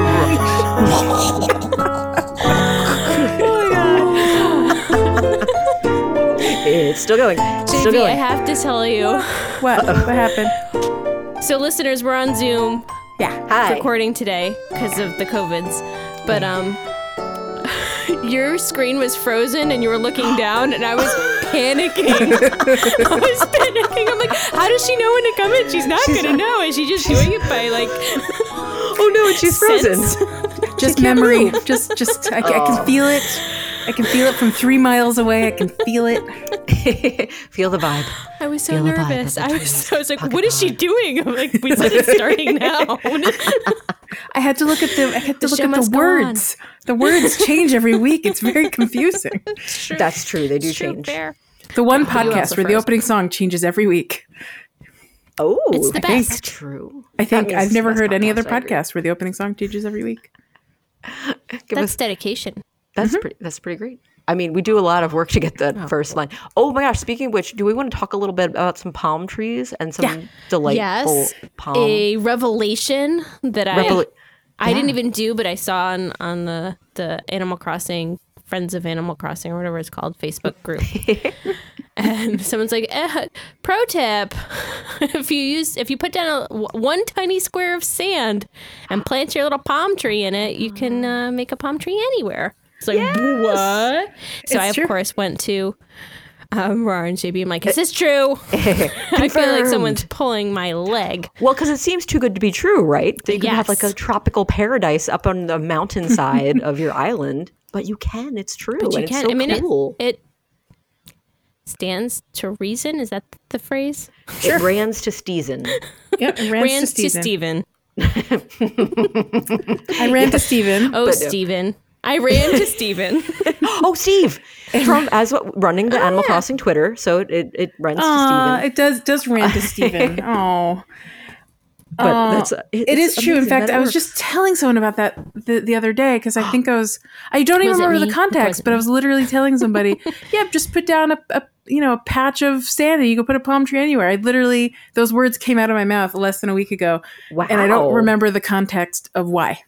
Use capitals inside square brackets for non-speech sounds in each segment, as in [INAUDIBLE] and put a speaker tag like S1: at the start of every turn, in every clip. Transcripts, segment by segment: S1: Oh It's still going. It's still
S2: JB, I
S1: going.
S2: have to tell you.
S3: What? What happened?
S2: So, listeners, we're on Zoom
S3: Yeah.
S1: Hi.
S2: recording today because of the COVIDs, but um, [LAUGHS] your screen was frozen and you were [GASPS] looking down, and I was panicking. [LAUGHS] I was panicking. I'm like, how does she know when to come in? She's not gonna know. Is she just doing it by [LAUGHS] like?
S1: Oh no, and she's frozen.
S2: Sense.
S3: Just memory. [LAUGHS] Just, just. I, I can feel it. I can feel it from three miles away. I can feel it.
S1: Feel the vibe.
S2: I was so
S1: Feel the vibe of
S2: nervous.
S1: the
S2: I was,
S1: twins.
S2: I was like,
S1: Pocket
S2: what is she
S1: pod.
S2: doing? I'm like, we said it's [LAUGHS] starting now.
S3: I had to look at the. I had to
S2: The
S3: look
S2: show
S3: at the
S2: must go
S3: words. The words change every week. It's very confusing.
S1: That's true. They do
S2: It's true,
S1: change.
S2: fair.
S3: The one
S2: also
S3: podcast where the
S2: froze.
S3: opening song changes every week.
S1: Oh,
S2: It's the
S3: think-
S2: best.
S1: true.
S3: I think
S1: means
S3: I've never
S1: that's
S3: heard any
S1: podcast,
S3: other
S1: I agree.
S3: podcast where the opening song changes every [LAUGHS] week.
S1: Give
S2: That's [LAUGHS]
S1: us,
S2: dedication.
S1: that's pretty. That's pretty great. I mean, we do a lot of work to get that first line. Mm-hmm. Oh my gosh! Speaking of which, do we want to talk a little bit about some palm trees and some delightful
S2: Yes.
S1: palm?
S2: A revelation that I
S1: Revela-
S2: I didn't even do, but I saw on on the the Animal Crossing Friends of Animal Crossing or whatever it's called Facebook [LAUGHS] group, and someone's like, eh, "Pro tip: [LAUGHS] If you use if you put down a, one tiny square of sand and plant your little palm tree in it, you can uh, make a palm tree anywhere." It's like what? So I of
S3: true.
S2: course went to. Um, Rar and JB, I'm like, is this true? [LAUGHS] I feel like
S1: Confirmed.
S2: someone's pulling my leg.
S1: Well, because it seems too good to be true, right? That you can have like a
S2: Yes.
S1: tropical paradise up on the
S2: [LAUGHS]
S1: mountainside of your island, but you can. It's true,
S2: But you
S1: and
S2: can.
S1: it's so
S2: I mean, it- [LAUGHS]
S1: cool. It,
S2: It, stands to reason. Is that the phrase?
S1: rans to
S2: [GASPS]
S1: Steezen.
S3: Yep, I ran
S2: Stands to
S3: Steven.
S2: Steven.
S3: [LAUGHS] I ran to Steven.
S2: Oh, Steven. I ran to Steven.
S1: Oh, Steve from as what- running the
S2: Ah.
S1: Animal Crossing Twitter, so it it, it runs to
S3: Uh,
S1: Steven.
S3: it does does ran [LAUGHS] to Steven. Oh.
S1: But
S2: ah.
S3: Uh,
S1: that's it-
S3: it
S1: it's
S3: is true. In
S1: amazing
S3: fact,
S1: that it
S3: I was
S1: works.
S3: just telling someone about that the, the other day because I think I was I don't even
S2: Was it
S3: remember
S2: me?
S3: the
S2: It
S3: context,
S2: wasn't
S3: but I
S2: me.
S3: was literally telling
S2: [LAUGHS]
S3: somebody, "Yep, just put down a, a you know a patch of sand and you can put a palm tree anywhere." I literally those words came out of my mouth less than a week ago, and I
S1: Wow.
S3: don't remember the context of why.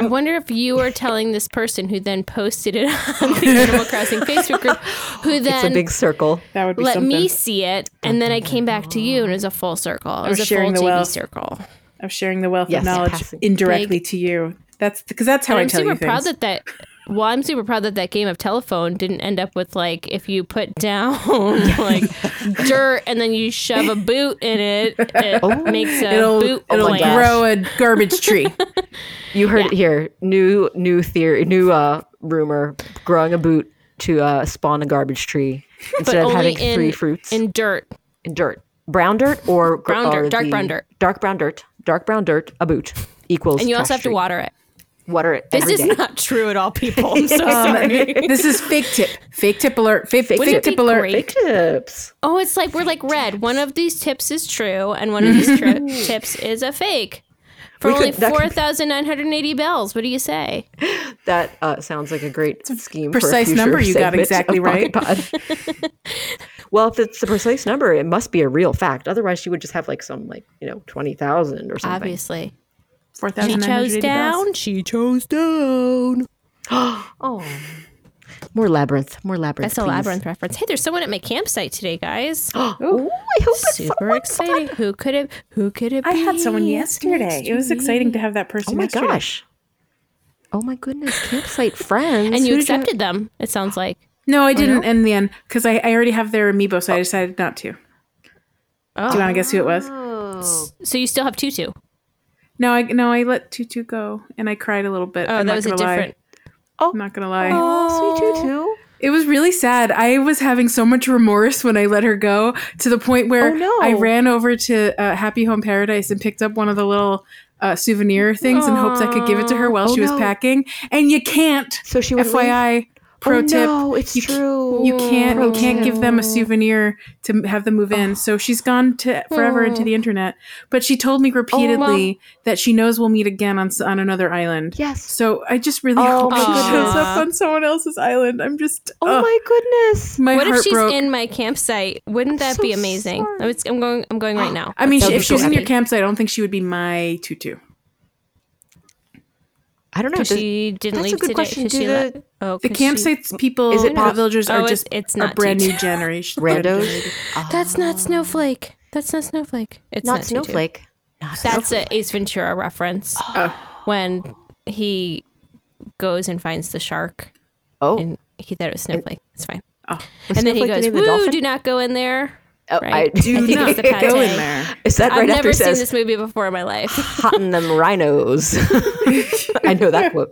S3: Oh.
S2: I wonder if you are telling this person who then posted it [LAUGHS] on
S3: [LAUGHS]
S2: the Animal Crossing Facebook group, who then
S1: it's a big circle.
S3: That would be
S2: let
S3: something.
S2: me see it, and then I came back to you, and it was a full circle. It was a full
S3: Oh, sharing the
S2: JB
S3: wealth.
S2: circle.
S3: of sharing the wealth
S1: Yes,
S3: of knowledge
S1: passing.
S3: indirectly to you. That's because that's how
S2: And
S3: I
S2: I'm
S3: tell
S2: super
S3: you
S2: proud
S3: things.
S2: that that. Well, I'm super proud that that game of telephone didn't end up with like if you put down [LAUGHS] like dirt and then you shove a boot in it, it makes a
S3: Oh. it'll
S2: boot
S3: it'll
S1: my gosh.
S2: plant.
S3: grow a garbage
S2: [LAUGHS]
S3: tree.
S1: You heard it here. New new theory, new uh rumor: growing a boot to uh, spawn a garbage tree
S2: [LAUGHS] but
S1: instead of
S2: only
S1: having
S2: in
S1: three fruits.
S2: in dirt.
S1: and dirt. Brown dirt or gr-
S2: Brown dirt,
S1: or
S2: dark
S1: the-
S2: brown dirt.
S1: Dark brown dirt. Dark brown dirt. A boot equals.
S2: And you also
S1: trash
S2: have to
S1: tree.
S2: water it.
S1: water it
S2: This
S1: every
S2: is
S1: day.
S2: not true at all, people.
S3: [LAUGHS]
S2: I'm so sorry.
S3: this is fake tip. Fake tip alert. Fake, fake,
S1: tip.
S3: tip alert.
S2: Great.
S1: tips.
S2: Oh, it's like we're like red. One of these tips is true, and one of
S1: [LAUGHS]
S2: these tri- tips is a fake. For
S1: We could-
S2: only
S1: that could-
S2: four thousand nine hundred eighty bells. What do you say?
S1: That uh, sounds like a great scheme.
S3: precise
S1: for a future
S3: number you got
S1: segment
S3: exactly
S1: of Pocket [LAUGHS] Pod. well, if it's the precise number, it must be a real fact. Otherwise, she would just have like some like you know twenty thousand or something.
S2: Obviously, she
S3: 4,980 bells.
S2: chose down. She chose down.
S1: Oh, more labyrinth, more labyrinth.
S2: That's a
S1: please.
S2: labyrinth reference. Hey, there's someone at my campsite today, [GASPS] guys.
S1: Ooh, I hope it's
S2: Super exciting. Who could it? Who could it?
S3: I
S2: be?
S3: had someone yesterday. It was exciting to have that person.
S1: Oh my
S3: yesterday.
S1: gosh. Oh my goodness, campsite friends.
S2: [LAUGHS] And you
S1: Who did
S2: accepted them. It sounds like.
S3: No, I didn't in the end because I, I already have their amiibo, so I decided not to. Do you want to guess who it was?
S2: So you still have tutu.
S3: No, I no, I let Tutu go, and I cried a little bit.
S2: Oh,
S3: I'm
S2: that
S3: not
S2: was a
S3: gonna lie.
S2: different.
S3: I'm not gonna lie.
S1: Oh, sweet tutu.
S3: It was really sad. I was having so much remorse when I let her go to the point where
S1: Oh, no.
S3: I ran over to uh, Happy Home Paradise and picked up one of the little uh, souvenir things in hopes I could give it to her while she was
S1: Oh, no.
S3: packing. And you can't.
S1: So she wouldn't leave?
S3: FYI, pro
S1: oh,
S3: tip.
S1: No, it's
S3: you c-
S1: true.
S3: You can't you can't give them a souvenir to m- have them move in. So she's gone to forever
S1: Oh.
S3: into the internet. But she told me repeatedly that she knows we'll meet again on s- on another island.
S1: yes.
S3: So I just really
S1: Oh,
S3: hope she
S1: my
S3: shows
S2: goodness.
S3: up on someone else's island. I'm just
S1: Oh
S3: ugh.
S1: my goodness.
S3: My
S2: What
S3: heart
S2: if she's
S3: broke.
S2: in my campsite? Wouldn't that
S1: so
S2: be amazing?
S1: sorry.
S2: I'm, just- I'm going.
S1: [GASPS]
S2: I'm going right now.
S3: I mean,
S1: That
S3: she,
S1: would
S3: if
S1: be
S3: she was
S1: so
S3: in your
S1: epic.
S3: campsite, I don't think she would be my tutu.
S1: I don't know.
S2: Because she
S1: that's a
S2: didn't leave
S1: good
S2: today.
S1: question.
S2: 'cause
S1: Do
S2: she
S1: the-
S2: let- oh,
S3: The
S2: 'cause she-
S3: campsites people,
S1: Is it
S3: the
S1: not-
S3: villagers
S2: oh,
S3: are
S2: it's-
S3: just
S2: it's
S3: a
S2: not
S3: brand new [LAUGHS]
S2: T2.
S3: generation.
S1: randos?
S2: That's not Snowflake. That's not Snowflake. It's
S1: Not,
S2: not, T2.
S1: snowflake. Not
S2: That's an Ace
S1: [GASPS]
S2: Ventura reference
S3: Oh.
S2: when he goes and finds the shark
S1: Oh,
S2: and he thought it was Snowflake. It's fine.
S3: Oh.
S1: Was
S2: and then he
S1: Snowflake the
S2: goes,
S1: name of the
S2: "Woo!
S1: dolphin?"
S2: Do not go in there."
S1: Oh,
S2: right?
S1: I do
S3: [LAUGHS]
S2: I think
S1: not
S2: it's the pate.
S3: Go in there.
S1: Is that
S2: I've
S1: right after
S2: never
S1: it
S2: seen
S1: says
S2: this [LAUGHS] movie before in
S1: [LAUGHS]
S2: my life.
S1: "hotting them rhinos"? [LAUGHS] I know that quote.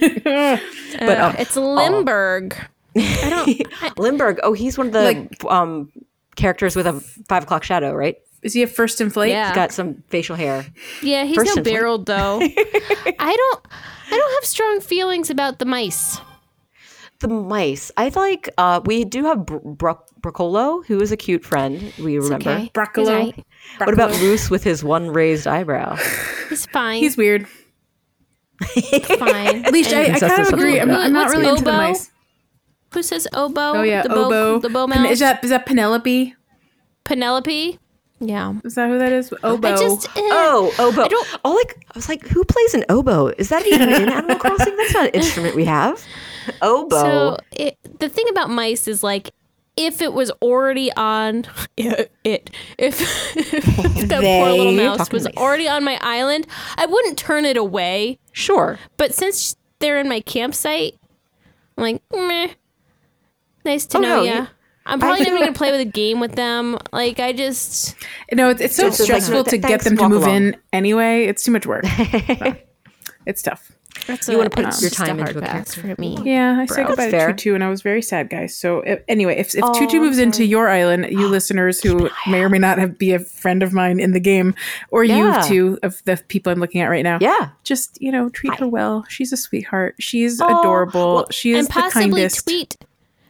S2: Uh,
S1: um,
S2: it's
S1: oh.
S2: Limburg. I don't.
S1: Lindbergh. Oh, he's one of the
S3: Like-
S1: um, characters with a five o'clock shadow, right?
S3: Is he a first in flight?
S2: Yeah.
S1: He's got some facial hair.
S2: Yeah, he's
S1: First
S2: no
S1: and fore- [LAUGHS]
S2: barreled though. I don't. I don't have strong feelings about the mice.
S1: The mice. I feel like uh, we do have Br- Bro- Broccolo, who is a cute friend. We remember.
S2: Okay,
S3: Broccolo.
S2: He's, all right.
S1: What about
S3: Broccolo.
S1: Moose with his one raised
S2: [LAUGHS]
S1: eyebrow?
S2: He's fine.
S3: He's weird. [LAUGHS]
S2: fine.
S3: At least I, I
S1: Incest
S3: kind
S1: is
S3: of agree. I'm, I'm not
S2: What's
S3: really into the
S2: oboe?
S3: mice.
S2: Who says oboe?
S3: Oh yeah,
S2: the
S3: oboe.
S2: Bow, the bow
S3: Pen-
S2: mount.
S3: Is that is that Penelope?
S2: Penelope? Yeah.
S3: Is that who that is? Oboe.
S2: I just. eh,
S1: Oh, oboe.
S2: I don't-
S1: oh, like I was like, who plays an oboe? Is that even in
S2: [LAUGHS]
S1: Animal Crossing? That's not an instrument we have. Oboe.
S2: So it, the thing about mice is like, if it was already on [LAUGHS] it, it if, [LAUGHS] if that poor little
S1: They-
S2: mouse
S1: talking
S2: was
S1: mice.
S2: already on my island, I wouldn't turn it away.
S1: sure.
S2: But since they're in my campsite, I'm like, meh. Nice to
S1: Oh,
S2: know
S1: no,
S2: ya.
S1: you-
S2: I'm probably
S1: I-
S2: never
S1: [LAUGHS]
S2: gonna play with a game with them. Like I just,
S3: no, it's, it's so
S1: Just as like,
S3: stressful to
S1: th-
S3: get
S1: thanks,
S3: them to
S1: walk
S3: move
S1: along.
S3: in anyway. It's too much
S1: [LAUGHS]
S3: work. So, it's tough.
S2: that's
S1: You
S2: a-
S1: wanna put
S2: it's
S1: your
S2: just a
S1: time
S2: hard
S1: into a
S2: pass for
S1: character.
S2: me.
S3: Yeah, I said goodbye
S1: fair.
S3: to Tutu, and I was very sad, guys. So if, anyway, if, if Tutu moves into your island, you listeners who may or may not have, be a friend of mine in the game, or
S1: Yeah.
S3: you two of the people I'm looking at right now,
S1: Yeah.
S3: just you know, treat her well. She's a sweetheart. She's adorable.
S1: well,
S3: she is
S2: and
S3: the
S2: possibly
S3: kindest.
S2: tweet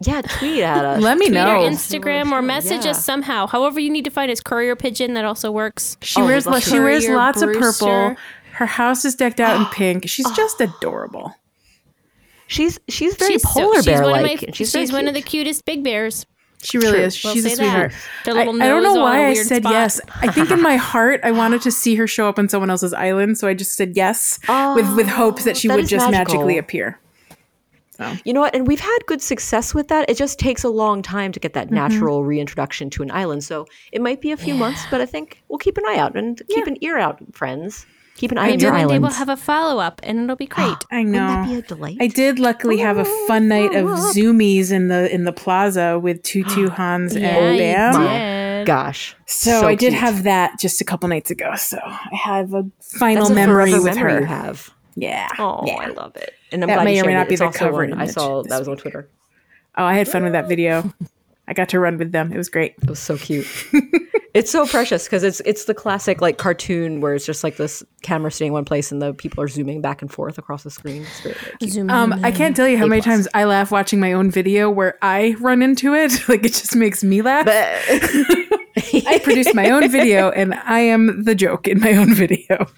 S1: Yeah. Tweet at
S2: [LAUGHS]
S1: us.
S3: Let me
S2: tweet or
S3: know.
S2: Instagram or message
S1: Yeah.
S2: us somehow. However, you need to find us courier pigeon that also works.
S3: She
S1: Oh,
S3: wears
S1: love
S3: she
S1: her.
S3: wears
S2: Courier
S3: lots of purple.
S2: Brewster.
S3: Her house is decked out in pink. She's just adorable.
S1: She's she's very
S2: so-
S1: polar
S2: she's
S1: bear
S2: one of
S1: like.
S2: my- She's, one of the cutest big bears.
S3: She really is.
S2: We'll
S3: She's a
S2: say
S3: sweetheart.
S2: that. Their
S3: I,
S2: little
S3: I don't
S2: nose
S3: know
S2: on a
S3: why I
S2: weird
S3: said
S2: spot.
S3: yes. I think in my heart I wanted to see her show up on someone else's island, so I just said yes with with hopes that she
S1: Oh, that
S3: would
S1: is
S3: just
S1: magical.
S3: magically appear.
S1: You know what? And we've had good success with that. It just takes a long time to get that
S2: Mm-hmm.
S1: natural reintroduction to an island. So it might be a few months, but I think we'll keep an eye out and keep an ear out, friends. Keep an eye on
S2: Maybe
S1: your
S2: one day
S1: islands.
S2: we'll have a follow up and it'll be great.
S3: [GASPS] I
S1: Wouldn't that be
S3: know.
S1: a delight?
S3: I did luckily have a fun night of zoomies in the in the plaza
S1: [GASPS]
S3: with Tutu Hans and
S2: yeah,
S3: Bam.
S2: you did.
S1: Gosh.
S3: So, I did
S1: cute.
S3: have that just a couple nights ago. So I have a final
S1: That's a
S3: memory
S1: forever
S3: with
S1: memory
S3: her.
S1: you have.
S3: Yeah.
S1: Oh,
S3: yeah.
S1: I love it. And I'm
S3: That
S1: glad
S3: may
S1: you
S3: or may
S1: shared
S3: not
S1: it.
S3: be
S1: It's
S3: the
S1: also
S3: cover
S1: one I
S3: image
S1: saw
S3: this
S1: that was on Twitter.
S3: Oh, I had fun with that video.
S1: [LAUGHS]
S3: I got to run with them. It was great.
S1: It was so cute. it's so precious because it's it's the classic like cartoon where it's just like this camera sitting in one place and the people are zooming back and forth across the screen. It's very, very cute.
S2: Zoom
S3: Um, I can't tell you how many times I laugh watching my own video where I run into it. [LAUGHS] Like it just makes me laugh. I produce my own video and I am the joke in my own video.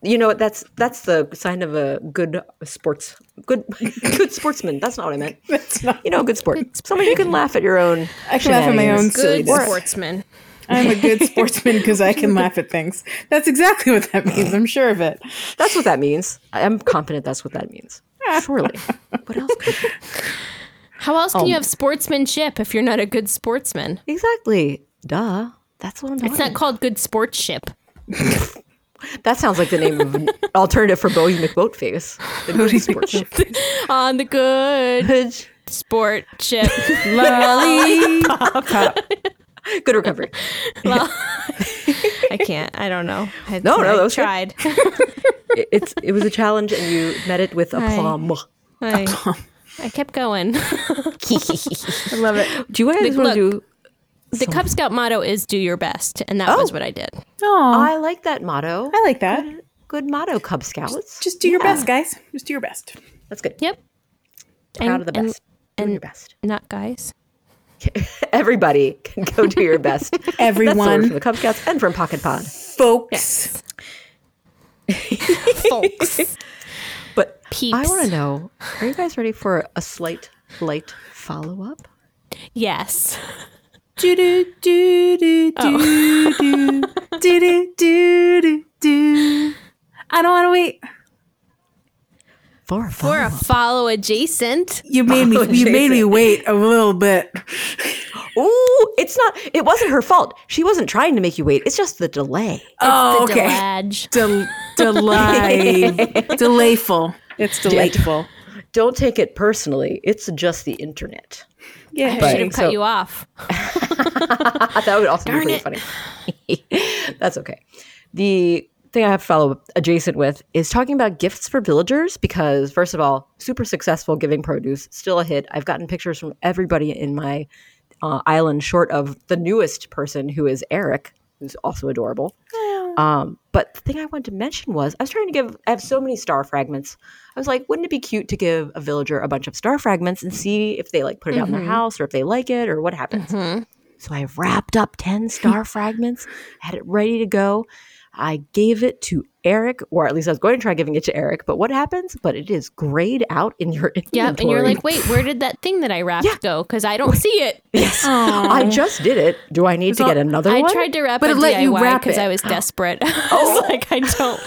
S1: You know what? That's that's the sign of a good sports good [LAUGHS] good sportsman. That's not what I meant.
S3: [LAUGHS] That's not.
S1: You know, a good sport. Somebody you can laugh at your own.
S3: I can laugh at my own
S1: shenanigans.
S2: good
S3: silliness.
S2: sportsman.
S3: I'm a good sportsman because I can laugh at things. That's exactly what that means. I'm sure of it.
S1: That's what that means. I- I'm confident that's what that
S3: [LAUGHS]
S1: means. Surely. What else? Could it
S2: How else can you have sportsmanship if you're not a good sportsman?
S1: be? Exactly. Duh. That's what I'm talking
S2: It's not called good sportship.
S1: That sounds like the name of [LAUGHS] an alternative for Bodie McBoatface. The Bodie Sports Ship.
S2: On the good
S1: Good
S2: sportship.
S3: Lolly.
S1: recovery.
S2: I can't. I don't know. I,
S1: No, no,
S2: I
S1: that was good.
S2: tried.
S1: [LAUGHS] It, it's it was a challenge, and you met it with aplomb.
S2: I, I kept going.
S1: do
S3: I love it.
S1: you guys want to do?
S2: look. The Cub Scout motto is "Do your best," and that was what I did.
S3: Oh,
S1: I like that motto.
S3: I like that.
S1: Good motto, Cub Scouts.
S3: Just do your best, guys. Just do your best.
S1: That's good.
S2: Yep.
S1: Proud
S2: And-
S1: of the
S2: and-
S1: best. Doing your best.
S2: Not guys.
S1: Everybody can go do your [LAUGHS] best. That's the word from
S3: Everyone,
S1: the Cub Scouts and from Pocket Pod.
S3: folks.
S2: folks.
S1: But
S2: Peeps.
S1: I want to know: Are you guys ready for a slight, light follow up?
S3: [LAUGHS]
S2: Yes.
S3: do do do do do do do do do do. I don't want to wait.
S1: For a
S2: For a
S1: follow-up.
S2: follow adjacent.
S3: You made me. You made me wait a little bit.
S1: Ooh, it's not. It wasn't her fault. She wasn't trying to make you wait. It's just the delay.
S3: oh,
S2: the
S3: okay. [LAUGHS]
S2: Delage.
S3: Del- delay, delayful. It's delightful.
S1: Don't take it personally. It's just the internet.
S3: Yeah.
S2: I should have
S1: Right.
S2: cut
S1: So-
S2: you off.
S1: that would also be really funny. [LAUGHS] That's okay. The thing I have to follow up adjacent with is talking about gifts for villagers because first of all, super successful giving produce, still a hit. I've gotten pictures from everybody in my uh, island, short of the newest person who is Eric, who's also adorable. Um, but the thing I wanted to mention was I was trying to give. I have so many star fragments. I was like, wouldn't it be cute to give a villager a bunch of star fragments and see if they like put it out in their
S2: Mm-hmm.
S1: house or if they like it or what happens? So I wrapped up 10
S2: [LAUGHS]
S1: star fragments, had it ready to go. I gave it to Eric, or at least I was going to try giving it to Eric, but what happens? But it is grayed out in your [LAUGHS] inventory.
S2: Yep. And you're like, wait, where did that thing that I wrapped
S1: Yeah.
S2: go? Because I don't see it.
S1: yes, I just did it. Do I need to
S3: all-
S1: get another
S2: I
S1: one?
S2: tried to wrap
S3: But
S2: a
S3: it let you
S2: DIY
S3: wrap
S2: because
S3: it. Oh.
S2: I was desperate. [LAUGHS] I was like,
S3: [LAUGHS]
S2: I don't.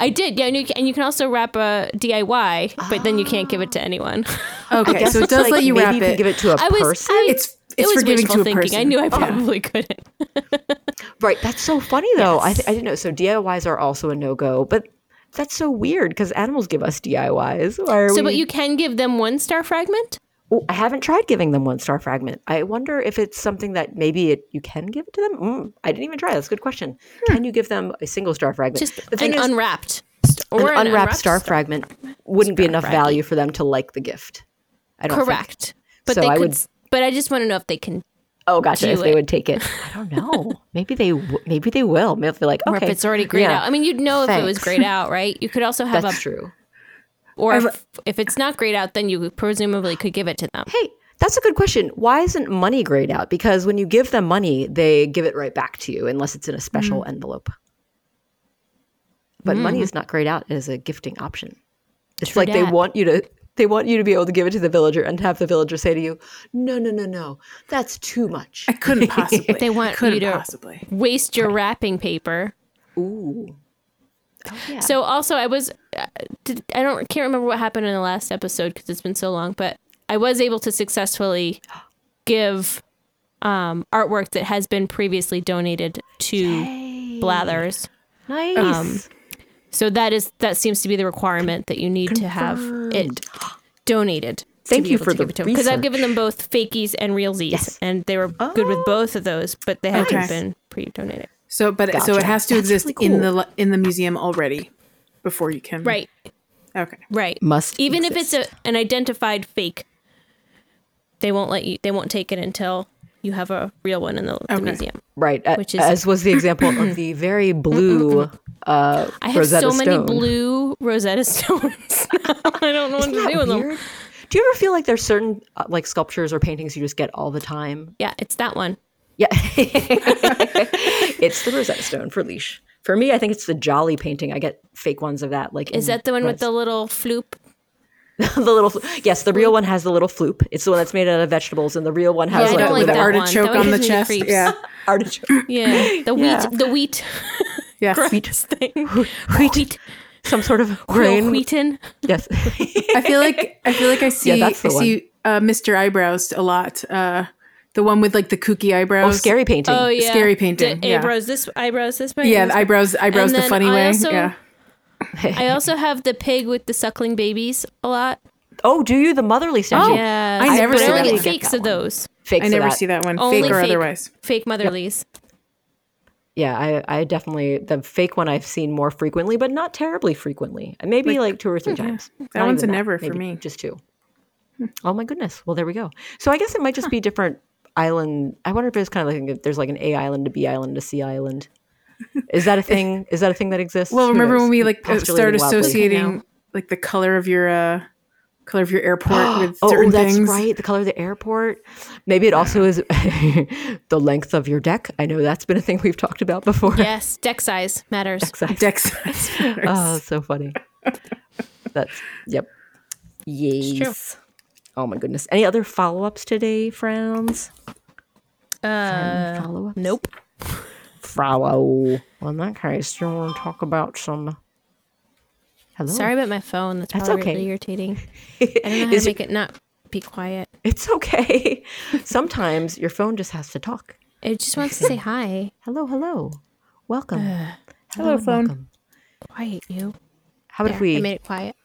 S2: I did. Yeah, and you, can, and you can also wrap a DIY, but then you can't give it
S3: [GASPS]
S2: to anyone.
S3: Okay, so it does
S1: Like,
S3: let you
S1: maybe
S3: wrap
S1: you can
S3: it.
S1: give it to a
S2: I was.
S1: person.
S2: I,
S3: It's-
S2: it
S3: it's
S2: was
S3: for giving
S2: wishful
S3: to a
S2: thinking. I
S3: person.
S2: knew I probably couldn't.
S1: Right. That's so funny though. I, th- I didn't know. So DIYs are also a no go, but that's so weird because animals give us DIYs. Why are
S2: So,
S1: we?
S2: but you can give them one star fragment.
S1: Oh, I haven't tried giving them one star fragment. I wonder if it's something that maybe it, you can give it to them. Mm, I didn't even try. That's a good question. Can you give them a single star fragment?
S2: Hmm. Just
S1: the thing
S2: an
S1: is,
S2: unwrapped st-
S1: an
S2: or
S1: unwrapped, star, fragment wouldn't be enough
S2: fragment.
S1: value for them to like the gift. I don't think.
S2: Correct. But
S1: So
S2: they
S1: I
S2: could.
S1: would-
S2: s- But I just want to know if they can,
S1: Oh, gotcha.
S2: Do
S1: If they
S2: it.
S1: would take it, I don't
S2: [LAUGHS]
S1: know. maybe they. W- maybe they will. Maybe they're like,
S2: or
S1: okay,
S2: if it's already grayed
S1: yeah,
S2: out. I mean, you'd know if it was
S1: Thanks.
S2: grayed out, right? You could also have
S1: that's
S2: a,
S1: true.
S2: or if, if it's not grayed out, then you presumably could give it to them.
S1: Hey, that's a good question. Why isn't money grayed out? Because when you give them money, they give it right back to you unless it's in a
S2: Mm.
S1: special envelope. But
S2: Mm-hmm.
S1: money is not grayed out as a gifting option. It's like they
S2: dat.
S1: want you to they want you to be able to give it to the villager and have the villager say to you, "No, no, no, no. That's too
S2: [LAUGHS]
S1: much."
S3: I [LAUGHS] couldn't possibly.
S2: They want
S3: I couldn't
S2: you to-
S3: possibly.
S2: Waste your wrapping paper.
S1: Ooh. Oh, yeah.
S2: So also, I was, uh, did, I don't can't remember what happened in the last episode because it's been so long, but I was able to successfully
S1: [GASPS]
S2: give um, artwork that has been previously donated to Blathers.
S1: nice.
S2: So that is that seems to be the requirement that you need to have it donated.
S1: Thank you for the
S2: because I've given them
S1: research.
S2: both fakies and realsies,
S1: Yes. Oh.
S2: and they were good with both of those, but they haven't
S3: Okay.
S2: been pre-donated.
S3: So, but so it
S1: Gotcha.
S3: has to
S1: That's
S3: exist
S1: really
S3: in
S1: cool.
S3: the li- in the museum already before you can.
S2: Right,
S3: Okay.
S2: right.
S1: Must
S2: even if
S1: exist.
S2: it's a, an identified fake they won't let you they won't take it until you have a real one in the, the
S3: Okay.
S2: museum
S1: right, a-
S2: which is-
S1: as was the example of
S2: [LAUGHS]
S1: the very blue uh,
S2: i have
S1: Rosetta
S2: so many
S1: Stone.
S2: blue rosetta [LAUGHS] stones i don't know what
S1: Isn't
S2: to
S1: that
S2: do with them
S1: weird? Do you ever feel like there's certain uh, like sculptures or paintings you just get all the time?
S2: yeah it's that one
S1: Yeah, [LAUGHS] it's the Rosetta Stone for leash. For me, I think it's the Jolly painting. I get fake ones of that. Like,
S2: is that the one with the little floop
S1: [LAUGHS] the little? fl- Yes, the real one has the little floop. It's the one that's made out of vegetables, and the real one
S2: Yeah,
S1: has
S2: I
S1: like,
S2: don't
S1: a
S2: like
S3: with
S1: little
S3: the
S2: that one.
S3: artichoke
S2: That one
S3: on the
S2: gives me the
S3: chest.
S2: creeps.
S3: Yeah.
S1: artichoke.
S2: yeah the wheat
S1: Yeah.
S2: the wheat
S1: [LAUGHS]
S3: Yes.
S2: thing wheat
S1: Some sort of
S2: Real
S1: grain.
S2: wheaten
S1: [LAUGHS] Yes.
S3: I feel like I feel like I see
S1: that's the
S3: I see uh, Mr. Eyebrows a lot. Uh, the one with like the kooky eyebrows.
S1: Scary painting.
S2: oh yeah
S3: Scary painting,
S2: the
S3: yeah.
S2: eyebrows this eyebrows this way
S3: Yeah, the eyebrows eyebrows
S2: And
S3: the
S2: then
S3: funny
S2: I
S3: way.
S2: also-
S3: yeah.
S2: i also have the pig with the suckling babies a lot
S1: Oh, do you the motherly statue?
S2: Oh, Yeah,
S3: I never
S2: but
S3: see
S2: I
S3: that
S2: only
S1: one.
S2: get
S1: Get
S2: fakes
S1: that
S2: of
S1: one.
S2: those.
S1: Fake
S3: I
S1: for
S3: never
S1: that.
S3: see that one,
S2: Only
S3: fake or otherwise.
S2: Fake motherlies.
S1: Yeah, I, I definitely the fake one I've seen more frequently, but not terribly frequently. And Maybe like, two or three times.
S3: mm-hmm. That
S1: Not
S3: one's
S1: even
S3: a never for
S1: maybe
S3: me. Hmm.
S1: Just two. Oh my goodness. Well, there we go. So I guess it might just be different island. I wonder if it's kind of like if there's like an A island, a B island, a C island. Is that a thing? Is that a thing that exists?
S3: Well,
S1: Who
S3: remember
S1: knows?
S3: when we like uh,
S1: Postulating
S3: start
S1: wildly.
S3: associating like the color of your uh color of
S1: [GASPS]
S3: your airport with
S1: Oh,
S3: certain
S1: oh, that's
S3: things? [LAUGHS]
S1: right. The color of the airport. Maybe it
S3: [SIGHS]
S1: also is [LAUGHS] the length of your deck. I know that's been a thing we've talked about before.
S2: Yes, deck size matters.
S1: Exactly.
S3: Deck size [LAUGHS] matters.
S1: Oh, so funny. That's yep. Yes. Oh my goodness. Any other follow ups today, friends?
S2: Uh,
S1: Follow ups.
S2: nope.
S1: Follow. Well, in that case, you want to talk about some Hello.
S2: Sorry about my phone. That's,
S1: That's
S2: probably
S1: okay.
S2: really irritating. I don't know how
S1: Is
S2: to
S1: it-
S2: make it not be quiet.
S1: It's okay. [LAUGHS] Sometimes your phone just has to talk.
S2: It just wants to say hi.
S1: Hello, hello. Welcome.
S2: Uh,
S1: hello,
S3: Hello,
S1: and
S3: phone.
S1: Welcome.
S2: Quiet you.
S1: How about
S2: There,
S1: if we
S2: I made it quiet.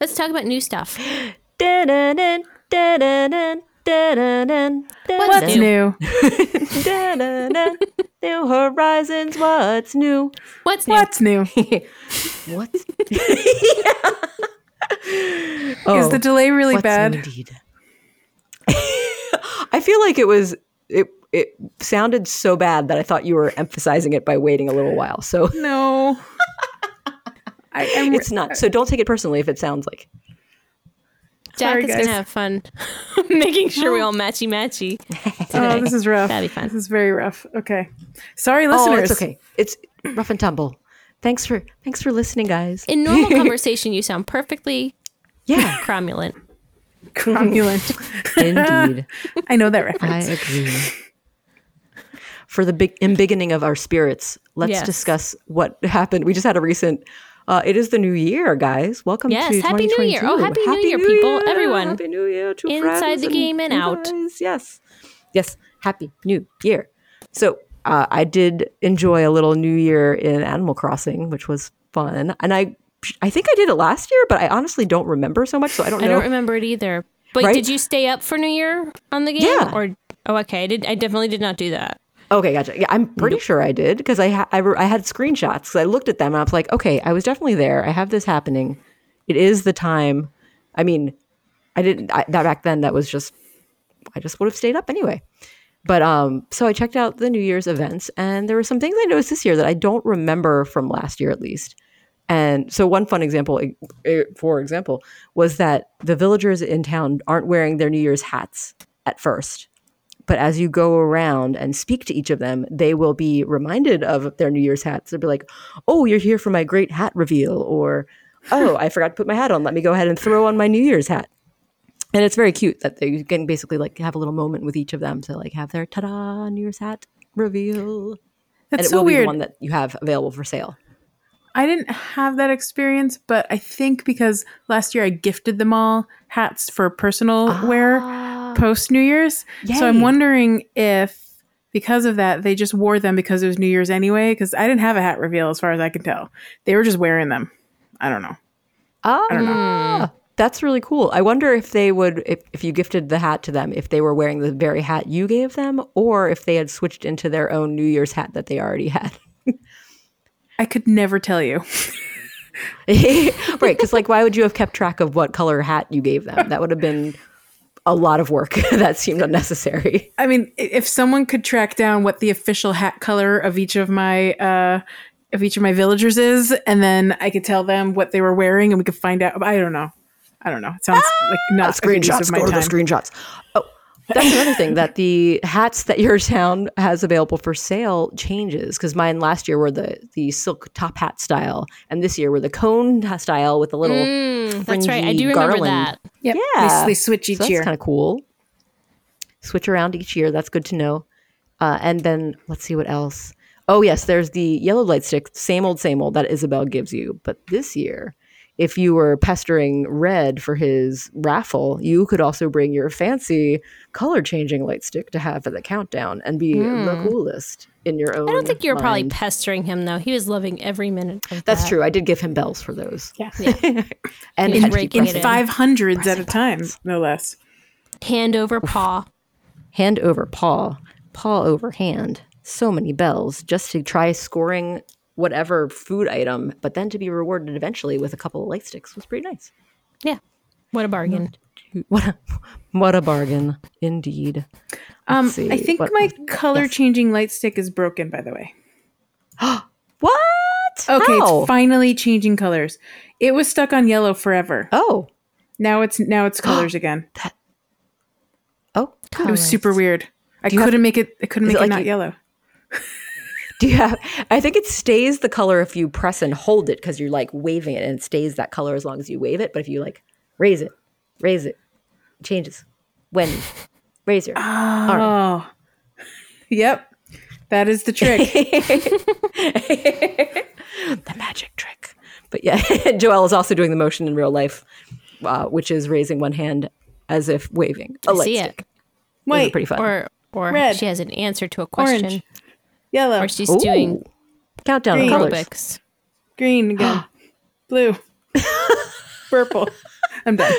S2: Let's talk about new stuff.
S1: Da-da-dun, da-da-dun, da-da-dun,
S2: What's
S3: It's
S1: da-da-dun,
S2: new?
S3: new.
S1: da-da-dun. New horizons, what's new?
S2: What's new?
S1: [LAUGHS]
S3: What's new? [LAUGHS]
S1: What's
S3: Is the delay really
S1: Oh. what's
S3: bad?
S1: Indeed. I feel like it was it it sounded so bad that I thought you were emphasizing it by waiting a little while. So [LAUGHS]
S3: No. I, am
S1: it's not. So don't take it personally if it sounds like
S2: Jack
S3: Sorry,
S2: is
S3: guys.
S2: gonna have fun [LAUGHS] making sure we all matchy matchy.
S3: Oh,
S2: today.
S3: this is rough.
S2: That'd be fun.
S3: This is very rough. Okay. Sorry,
S1: Oh,
S3: listeners.
S1: it's
S3: [LAUGHS]
S1: okay. It's rough and tumble. Thanks for thanks for listening, guys.
S2: In normal conversation, you sound perfectly
S1: Yeah,
S2: cromulent.
S3: Cromulent.
S1: indeed.
S3: I know that
S1: [LAUGHS]
S3: reference.
S1: I agree. For the big embiggening of our spirits, let's
S2: Yes.
S1: discuss what happened. We just had a recent. Uh, it is the new year, guys. Welcome
S2: Yes,
S1: to
S2: Happy New Year. Oh,
S1: 2022.
S2: Happy New Year, people, everyone.
S1: Happy New Year to
S2: Inside
S1: friends
S2: the game and
S1: you
S2: out.
S1: guys. Yes, yes. Happy New Year. So uh, I did enjoy a little New Year in Animal Crossing, which was fun, and I. I think I did it last year, but I honestly don't remember so much, so I don't
S2: I
S1: know.
S2: don't remember it either. But
S1: Right?
S2: did you stay up for New Year on the game?
S1: Yeah.
S2: Or oh, okay. I did. I definitely did not do that.
S1: Okay, gotcha. Yeah, I'm pretty sure I did because I, ha- I, re- I had screenshots. 'cause I looked at them and I was like, okay, I was definitely there. I have this happening. It is the time. I mean, I didn't I, that back then. That was just I just would have stayed up anyway. But um, so I checked out the New Year's events, and there were some things I noticed this year that I don't remember from last year at least. And so one fun example, eh, eh, for example, was that the villagers in town aren't wearing their New Year's hats at first but as you go around and speak to each of them, they will be reminded of their New Year's hats. They'll be like, "Oh, you're here for my great hat reveal," or "Oh, I forgot to put my hat on. Let me go ahead and throw on my New Year's hat." And it's very cute that they can basically like have a little moment with each of them to like have their ta-da New Year's hat reveal, and
S3: That's
S1: it
S3: so
S1: will be
S3: weird.
S1: the one that you have available for sale.
S3: I didn't have that experience, but I think because last year I gifted them all hats for personal wear post New Year's. So I'm
S1: Yay.
S3: wondering if because of that they just wore them because it was New Year's anyway because I didn't have a hat reveal as far as I can tell. They were just wearing them. I don't know.
S1: Ah, that's really cool. I wonder if they would, if, if you gifted the hat to them, if they were wearing the very hat you gave them, or if they had switched into their own New Year's hat that they already had. [LAUGHS]
S3: I could never tell you.
S1: right. Because, like, why would you have kept track of what color hat you gave them? That would have been a lot of work [LAUGHS] that seemed unnecessary.
S3: I mean, i- if someone could track down what the official hat color of each of my uh, of each of my villagers is, and then I could tell them what they were wearing, and we could find out. I don't know. I don't know. It sounds
S1: Ah!
S3: like not a good use of
S1: Screenshots,
S3: my
S1: go to the
S3: time.
S1: screenshots. Oh, that's another thing that the hats that your town has available for sale changes because mine last year were the the silk top hat style, and this year were the cone style with the little.
S2: Mm, That's right. I do
S1: fringy
S2: remember
S1: garland.
S2: that.
S3: Yep.
S1: Yeah.
S3: They, they switch each
S1: so
S3: year.
S1: That's kind of cool. Switch around each year. That's good to know. Uh, and then let's see what else. Oh yes, there's the yellow light stick, same old, same old that Isabel gives you. But this year, if you were pestering Red for his raffle, you could also bring your fancy color changing light stick to have at the countdown and be
S3: Hmm.
S1: the coolest in your own.
S2: I don't think you were probably
S1: mind.
S2: pestering him though. He was loving every minute. Of
S1: That's
S2: that.
S1: true. I did give him bells for those.
S2: [LAUGHS]
S3: Yeah.
S1: [LAUGHS] and
S2: He's
S1: had to keep
S2: raking it
S1: pressing.
S2: in.
S3: Five hundreds at a time, no less.
S2: Hand over paw.
S1: hand over paw, paw over hand. So many bells just to try scoring whatever food item, but then to be rewarded eventually with a couple of light sticks was pretty nice. [LAUGHS]
S2: Yeah. What a bargain.
S1: What a, what a bargain, indeed.
S3: Um,
S1: see,
S3: I think
S1: what-
S3: my color changing light stick is broken. By the way.
S1: What?
S3: Okay,
S1: How?
S3: it's finally changing colors. It was stuck on yellow forever.
S1: Oh,
S3: Now it's
S1: [GASPS]
S3: now it's colors again.
S1: oh.
S3: It was
S1: [LAUGHS]
S3: super weird. I
S1: you have-
S3: couldn't make it. I couldn't
S1: Is
S3: make
S1: it
S3: it,
S1: like
S3: not
S1: you-
S3: yellow.
S1: Do you have? I think it stays the color if you press and hold it because you're like waving it and it stays that color as long as you wave it. But if you like raise it, raise it, it changes. When razor.
S3: Oh, yep. That is the trick.
S1: the magic trick. But yeah, [LAUGHS] Joelle is also doing the motion in real life, uh, which is raising one hand as if waving a
S2: I see
S1: lightstick.
S2: it.
S1: Those are
S3: White,
S1: pretty fun.
S2: Or or
S3: Red.
S2: she has an answer to a question.
S3: orange, yellow,
S2: Or she's
S1: Ooh.
S2: doing
S1: countdown of
S3: Green.
S1: colors.
S2: aerobics.
S3: green again, blue, purple. I'm done.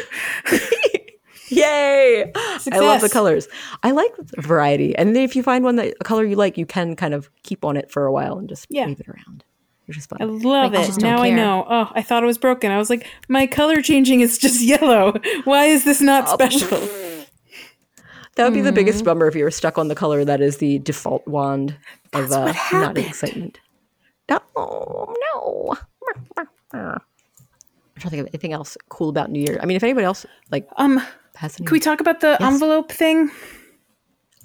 S1: Yay! I love the
S3: Success.
S1: colors. I like the variety. And then if you find one that a color you like, you can kind of keep on it for a while and just
S3: Yeah.
S1: wave it around, which is fun.
S3: I love
S2: Like, I
S3: it.
S2: just don't
S3: Now I
S2: care.
S3: know. Oh, I thought it was broken. I was like, my color changing is just [LAUGHS] yellow. Why is this not special?
S1: That would be the
S3: Mm-hmm.
S1: biggest bummer if you were stuck on the color that is the default wand of uh, not
S3: happened.
S1: excitement. No, no. I'm trying to think of anything else cool about New Year. I mean, if anybody else like
S3: Um,
S1: has any,
S3: can we talk about the envelope thing?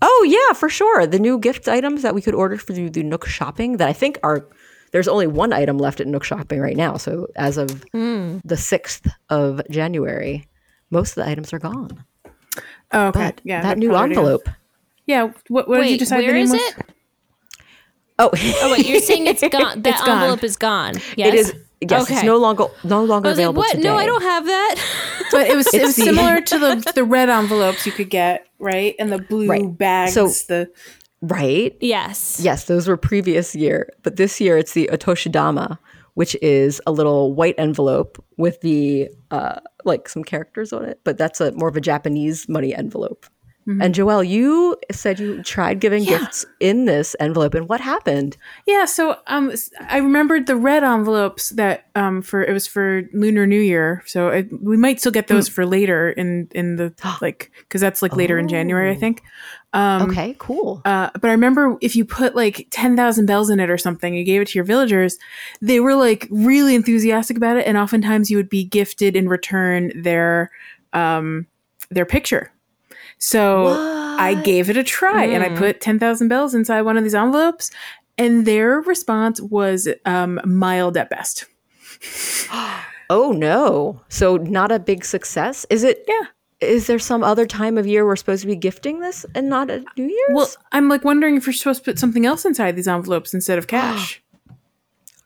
S1: oh yeah, for sure. The new gift items that we could order for the, the Nook shopping that I think are there's only one item left at Nook shopping right now. So as of
S3: Hmm.
S1: the sixth of January, most of the items are gone.
S3: Oh, okay.
S1: But
S3: yeah,
S1: that
S3: they're
S1: new
S3: colored in.
S1: envelope.
S3: Yeah. What, what did you
S2: Wait,
S3: decide the
S2: where
S3: name
S2: is
S3: was?
S2: it?
S1: Oh, [LAUGHS]
S2: Oh wait, you're saying it's gone. [LAUGHS] That
S3: gone.
S2: envelope is gone. Yes.
S1: it is. Yes, it's
S2: Okay.
S1: no longer no longer
S2: I was like,
S1: available
S2: what?
S1: today.
S2: No, I don't have that. [LAUGHS]
S3: But it was it
S1: It's
S3: was
S1: the-
S3: similar to the the red envelopes you could get, right? And the blue
S1: Right.
S3: bags.
S1: So-
S3: the
S1: Right?
S2: yes.
S1: Yes, those were previous year, but this year it's the Otoshidama, which is a little white envelope with the uh, like some characters on it, but that's a more of a Japanese money envelope.
S2: Mm-hmm.
S1: And Joelle, you said you tried giving gifts in this envelope, and what happened?
S3: yeah. So um, s- I remembered the red envelopes that um for it was for Lunar New Year. So I, we might still get those for later in in the like because that's like later in January, I think. Um,
S1: okay, cool.
S3: Uh, but I remember if you put like 10,000 bells in it or something, you gave it to your villagers, they were like really enthusiastic about it. And oftentimes you would be gifted in return their, um, their picture. So I
S1: Uh,
S3: gave it a try and
S1: mm.
S3: I put 10,000 bells inside one of these envelopes. And their response was um, mild at best.
S1: oh no! So not a big success. Is it?
S3: Yeah.
S1: Is there some other time of year we're supposed to be gifting this and not at New Year's?
S3: Well, I'm like wondering if you're supposed to put something else inside these envelopes
S1: [GASPS]
S3: instead of cash.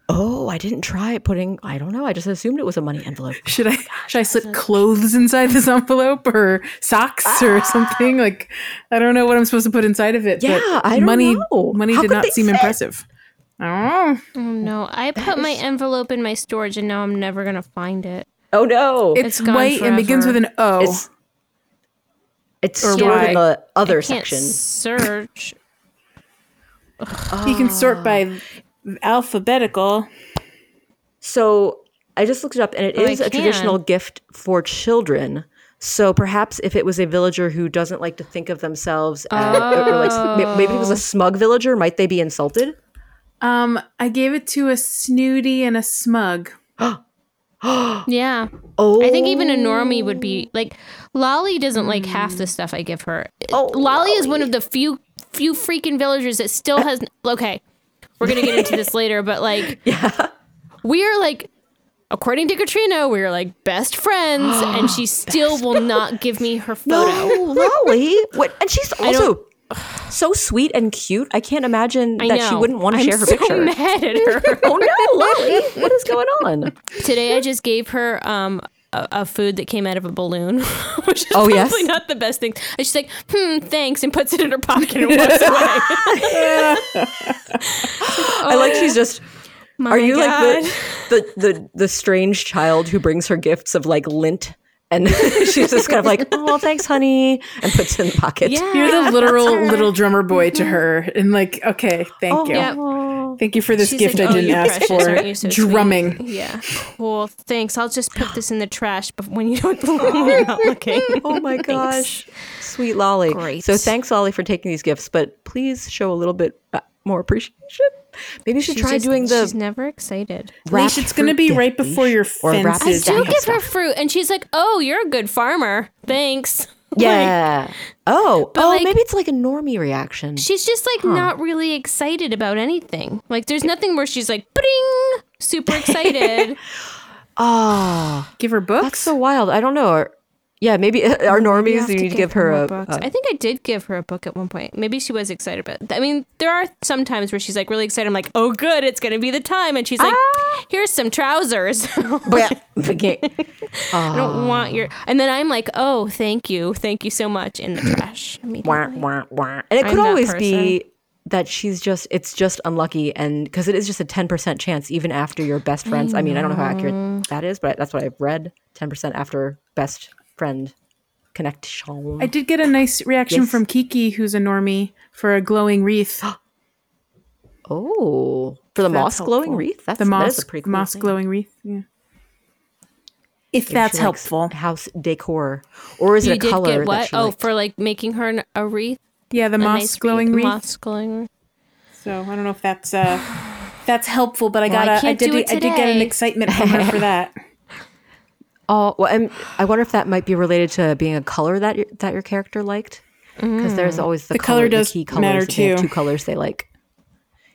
S1: oh, I didn't try putting. I don't know. I just assumed it was a money envelope.
S3: Should I should I slip clothes inside this envelope or socks
S1: Ah.
S3: or something? Like I don't know what I'm supposed to put inside of it.
S1: Yeah,
S3: but
S1: I don't
S3: money
S1: know.
S3: money
S1: How
S3: did
S1: could
S3: not
S1: they
S3: seem
S1: fit?
S3: impressive. Oh,
S2: Oh no, I put my envelope in my storage and now I'm never gonna find it.
S1: Oh no!
S3: it's,
S2: It's gone
S3: white and begins with
S2: forever.
S3: an O.
S1: It's it's
S3: Or
S1: stored
S3: Y.
S1: in the other
S2: I can't
S1: section.
S2: search.
S3: you can sort by
S1: oh.
S3: alphabetical.
S1: So I just looked it up, and it
S2: Oh,
S1: is
S2: I
S1: a traditional gift for children. So perhaps if it was a villager who doesn't like to think of themselves, as, or- or like, may- maybe it
S2: Oh.
S1: was a smug villager, might they be insulted?
S2: [LAUGHS]
S3: Um, I gave it to a snooty and a smug.
S2: Yeah.
S1: Oh,
S2: I think even a normie would be like Lolly doesn't like half the stuff I give her.
S1: Oh,
S2: Lolly is one of the few few freaking villagers that still has okay. We're gonna get
S1: [LAUGHS]
S2: into this later, but like yeah. we are like according to Katrina, we're like best friends and
S1: [GASPS]
S2: she still will not give me her photo.
S1: no, Oh, Lolly. What? And she's also [SIGHS] so sweet and cute. I can't imagine
S2: I
S1: that
S2: know.
S1: she wouldn't want to
S2: I'm
S1: share her
S2: so
S1: picture.
S2: [LAUGHS] mad at her.
S1: Oh no, Lolly! What is going
S2: [LAUGHS]
S1: on?
S2: Today I just gave her um a, a food that came out of a balloon, [LAUGHS] which is
S1: Oh,
S2: probably
S1: yes?
S2: not the best thing. And she's like, "Hmm, thanks," and puts it in her pocket and walks away.
S1: I like she's
S2: [LAUGHS]
S1: just. are you
S2: God.
S1: like the, the the the strange child who brings her gifts of like lint and [LAUGHS] she's just kind of
S2: [LAUGHS]
S1: like, oh, thanks, honey, and puts it in the pocket.
S2: Yeah.
S3: You're the literal
S1: [LAUGHS]
S3: little drummer boy to her, and like, okay, thank
S1: Oh,
S3: you,
S2: Yeah.
S3: thank you for this
S2: She's
S3: gift
S2: like,
S3: I
S2: "Oh,
S3: didn't
S2: you
S3: ask
S2: precious, aren't
S3: for.
S2: you so sweet?"
S3: drumming.
S2: [LAUGHS] Yeah. Cool. Thanks. I'll just put this in the trash bef- when you don't when you're not looking.
S1: [LAUGHS] Oh my gosh, sweet Lolly.
S2: Great.
S1: So thanks, Lolly, for taking these gifts, but please show a little bit uh, more appreciation. Maybe you should
S2: She's
S1: try
S2: just-
S1: doing
S2: She's
S1: the.
S2: never excited.
S1: wrapped
S3: Leash, it's gonna
S1: fruit
S3: be
S1: gift,
S3: right before
S1: Leash,
S3: your
S1: or wrapped
S3: fences.
S2: Do
S1: down
S2: give her
S1: stuff.
S2: fruit, and she's like, "Oh, you're a good farmer. Thanks." [LAUGHS]
S1: Yeah. oh. Oh.
S2: like-
S1: maybe it's like a normie reaction.
S2: She's just like not really excited about anything. Like, there's nothing where she's like, "Bring!" Super excited.
S1: [LAUGHS] oh.
S3: Give her books.
S1: Ah. That's so wild. I don't know. Or Yeah, maybe [LAUGHS] our
S2: Maybe I
S1: normies.
S2: have
S1: You
S2: to
S1: need to
S2: give
S1: give her
S2: more
S1: a.
S2: books.
S1: [LAUGHS] a-
S2: I think I did give her a book at one point. Maybe she was excited about it. I mean, there are some times where she's like really excited. I'm like, oh, good, it's going to be the time. And she's like,
S1: Ah.
S2: here's some trousers. [LAUGHS]
S1: Okay.
S2: I
S1: Ah.
S2: don't want your. And then I'm like, oh, thank you. Thank you so much in the trash.
S1: [LAUGHS] Wah,
S2: immediately.
S1: wah, wah. And it
S2: I'm
S1: could
S2: that
S1: always be that she's just it's just unlucky and because it is just a 10% chance even after your best friends I, mean i don't know how accurate that is but that's what i've read 10% after best friend connection
S3: I did get a nice reaction
S1: Yes.
S3: from Kiki, who's a normie, for a glowing
S1: [GASPS]
S3: wreath.
S1: oh for the moss glowing wreath that's
S3: the
S1: that
S3: moss,
S1: is a pretty cool
S3: moss
S1: thing.
S3: glowing wreath. Yeah. If
S1: Maybe
S3: that's
S1: she likes
S3: helpful.
S1: house decor or is
S2: You
S1: it a
S2: did
S1: color
S2: get
S1: that
S2: what?
S1: she
S2: Oh,
S1: liked?
S2: for like making her an- a wreath.
S3: Yeah, the
S2: a
S3: moss
S2: nice
S3: glowing wreath.
S2: Moss glowing wreath.
S3: So I don't know if that's
S1: [SIGHS]
S3: uh that's helpful, but I
S2: Well, I
S3: got a, I
S2: can't
S3: did
S2: do it
S3: I did get an
S2: today.
S3: excitement from her
S1: [LAUGHS]
S3: for that.
S1: Oh, well, I'm, I wonder if that might be related to being a color that your, that your character liked, because there's always the,
S3: Mm. The color does
S1: the key colors,
S3: matter
S1: that they have
S3: too.
S1: Two colors they like.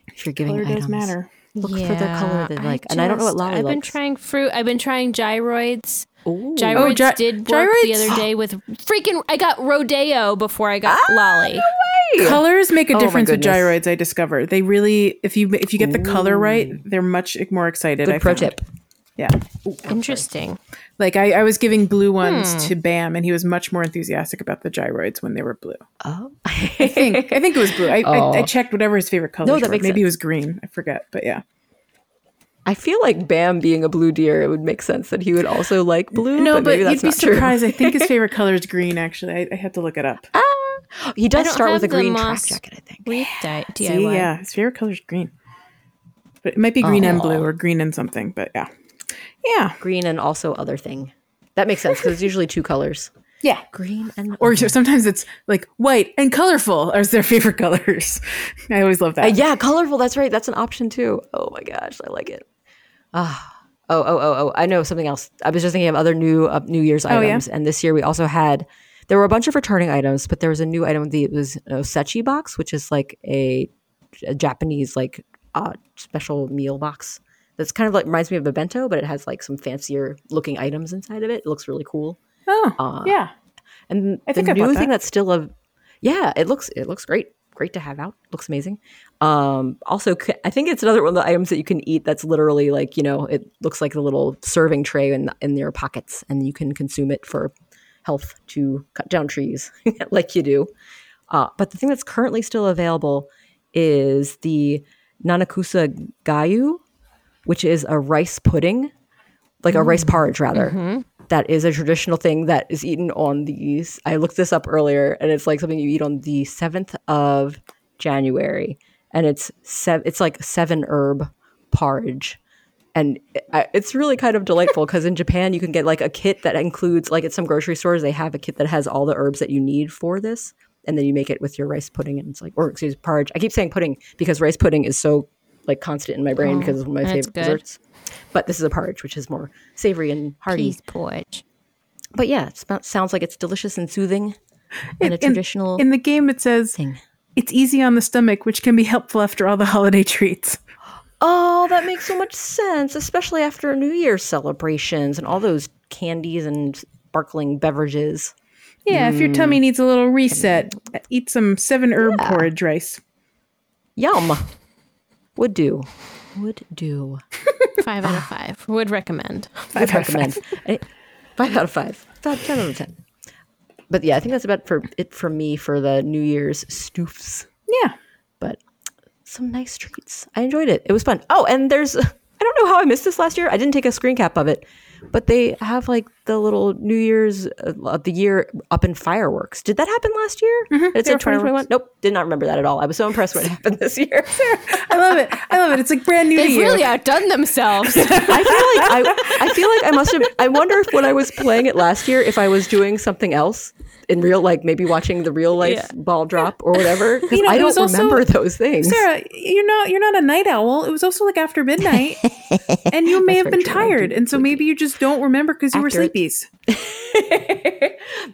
S1: If you're giving
S3: Color
S1: items,
S3: does matter.
S1: look for the color they
S2: I
S1: like, and I don't know what
S2: just-
S1: Lolly
S2: I've been
S1: likes.
S2: trying fruit. I've been trying gyroids.
S1: Ooh.
S2: Gyroids
S3: Oh, gy-
S2: did work the
S3: gyroids?
S2: other day with freaking. I got rodeo before I got
S1: Ah,
S2: lolly.
S3: Colors make a
S1: my
S3: difference with
S1: goodness.
S3: gyroids. I discovered they really if you if you get the color right, they're much more excited. I
S1: Good pro
S3: found.
S1: tip.
S3: Yeah,
S2: Interesting.
S3: like I, I was giving blue ones to Bam, and he was much more enthusiastic about the gyroids when they were blue.
S1: Oh,
S3: I think I think it was blue. I, I, I checked whatever his favorite color.
S1: that makes
S3: Maybe it
S1: sense.
S3: was green. I forget, but yeah.
S1: I feel like Bam being a blue deer, it would make sense that he would also like blue.
S3: No,
S1: but,
S3: but,
S1: maybe
S3: you'd
S1: that's
S3: be
S1: not true.
S3: surprised.
S1: [LAUGHS]
S3: I think his favorite color is green. Actually, I, I had to look it up.
S1: He
S2: I
S1: does
S2: don't
S1: start with a
S2: have the
S1: green
S2: moss.
S1: track jacket, I think.
S2: Wreath di- DIY.
S3: See, yeah, his favorite color is green, but it might be green and blue or green and something. But yeah, yeah,
S1: Green and also other thing. That makes sense because it's usually two colors.
S3: yeah.
S1: Green and
S3: Or sometimes it's like white and colorful are their favorite colors. [LAUGHS] I always love that.
S1: Yeah, colorful. That's right. That's an option too. Oh my gosh, I like it. Ah, oh, oh, oh, oh. I know something else. I was just thinking of other new uh, New Year's
S3: yeah?
S1: items, and this year we also had. There were a bunch of returning items, but there was a new item. The it was an osechi box, which is like a, a Japanese like uh, special meal box. That's kind of like reminds me of a bento, but it has like some fancier looking items inside of it. It looks really cool.
S3: Oh,
S1: Ah.
S3: yeah.
S1: And
S3: I think
S1: the
S3: I bought
S1: new thing
S3: that.
S1: that's still a, yeah, it looks it looks great, great to have out. Looks amazing. Um, also, c- I think it's another one of the items that you can eat. That's literally like you know, it looks like the little serving tray in in your pockets, and you can consume it for health to cut down trees, [LAUGHS] like you do. Uh, but the thing that's currently still available is the Nanakusa Gayu, which is a rice pudding, like a
S2: Mm.
S1: rice porridge rather.
S2: Mm-hmm.
S1: That is a traditional thing that is eaten on these. I looked this up earlier, and it's like something you eat on the seventh of January, and it's sev- It's like seven herb porridge, and I- it's really kind of delightful because in Japan you can get like a kit that includes like at some grocery stores they have a kit that has all the herbs that you need for this, and then you make it with your rice pudding, and it's like or excuse porridge. I keep saying pudding because rice pudding is so like constant in my brain because it's one of my
S2: Oh, that's
S1: favorite
S2: good.
S1: desserts. But this is a porridge, which is more savory and hearty.
S2: Peas porridge.
S1: But yeah, it sm- sounds like it's delicious and soothing, and a
S3: In-
S1: traditional
S3: in, the game it says
S1: thing.
S3: it's easy on the stomach, which can be helpful after all the [LAUGHS] holiday treats.
S1: Oh, that makes so much sense, especially after New Year's celebrations and all those candies and sparkling beverages.
S3: Yeah, if your tummy needs a little reset, eat some seven herb porridge rice.
S1: Yum. Would do. Would do.
S2: Five [SIGHS] out of five. Would recommend.
S1: Would recommend. Eh, Five out of five. About ten out of ten. But yeah, I think that's about for it for me for the New Year's stoofs.
S3: Yeah.
S1: but some nice treats. I enjoyed it. It was fun. Oh, and there's [LAUGHS] I don't know how I missed this last year. I didn't take a screen cap of it, but they have like the little New Year's uh, of the year up in fireworks. Did that happen last year? And it
S3: there
S1: said
S3: were
S1: 2021. Nope, did not remember that at all. I was so impressed when it happened this year.
S3: I love it. I love it. It's like brand new to
S2: They've
S3: you.
S2: really outdone themselves.
S1: [LAUGHS] I feel like I, I feel like I must have. I wonder if when I was playing it last year, if I was doing something else in real, like maybe watching the real life
S2: Yeah.
S1: ball drop or whatever. 'cause
S3: You know,
S1: I
S3: it
S1: don't
S3: was also-
S1: remember those things.
S3: Sarah, you're not you're not a night owl. It was also like
S1: [LAUGHS]
S3: after midnight, and you may have been
S1: true. I do
S3: tired, and so maybe you just don't remember because you were
S1: Accurate.
S3: sleepies.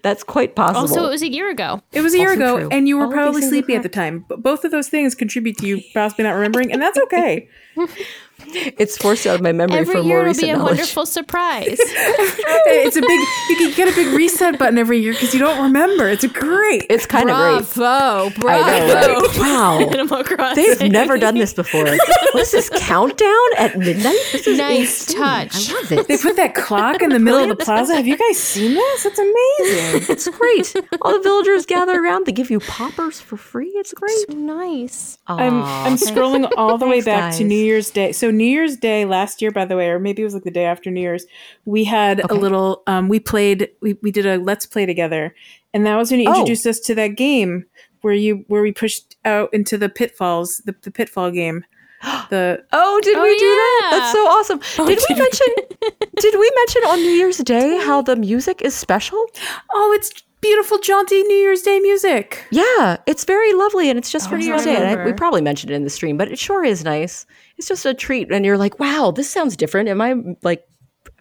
S1: That's quite possible.
S2: [LAUGHS] also, it was a year ago.
S3: It was a year
S1: Also
S3: ago,
S1: true.
S3: and you were
S1: All of these
S3: probably
S1: things are [LAUGHS]
S3: sleepy at the time. But both of those things contribute to you possibly not remembering, and that's okay.
S1: It's forced out of my memory
S2: Every
S1: for
S2: year
S1: more
S2: it'll be
S1: recent
S2: a
S1: knowledge.
S2: wonderful surprise.
S3: it's a big. You can get a big reset button every year because you don't remember. It's great.
S1: [LAUGHS] It's kind of great.
S2: bravo,
S1: I know,
S2: bravo. [LAUGHS]
S1: right? Wow.
S2: Animal Crossing.
S1: They've never done this before. What is this countdown at midnight? This is
S2: Nice
S1: insane.
S2: touch.
S1: I love it.
S3: they put that clock in the middle of the plaza. Have you guys seen this? It's amazing.
S1: It's great. All the villagers gather around. They give you poppers for free. It's great.
S2: [LAUGHS] nice.
S3: I'm I'm [LAUGHS] scrolling all the way
S1: Thanks,
S3: back to
S1: guys.
S3: New Year's Day. So New Year's Day last year, by the way, or maybe it was like the day after New Year's, we had
S1: Okay.
S3: a little. Um, we played. We we did a let's play together, and that was when you
S1: Oh.
S3: introduced us to that game where you where we pushed out into the pitfalls, the, the pitfall [GASPS] game. The
S1: Oh, did
S2: Oh,
S1: we do that?
S2: yeah.
S1: That's so awesome. Oh, did we
S2: did we?
S1: mention did we mention on New Year's
S2: [LAUGHS]
S1: Day how the music is special?
S3: oh, it's beautiful, jaunty New Year's Day music.
S1: Yeah, it's very lovely and it's just for
S2: Oh, I
S1: New Year's Day. And I, we
S2: remember.
S1: probably mentioned it in the stream, but it sure is nice. It's just a treat and you're like, "Wow, this sounds different. Am I like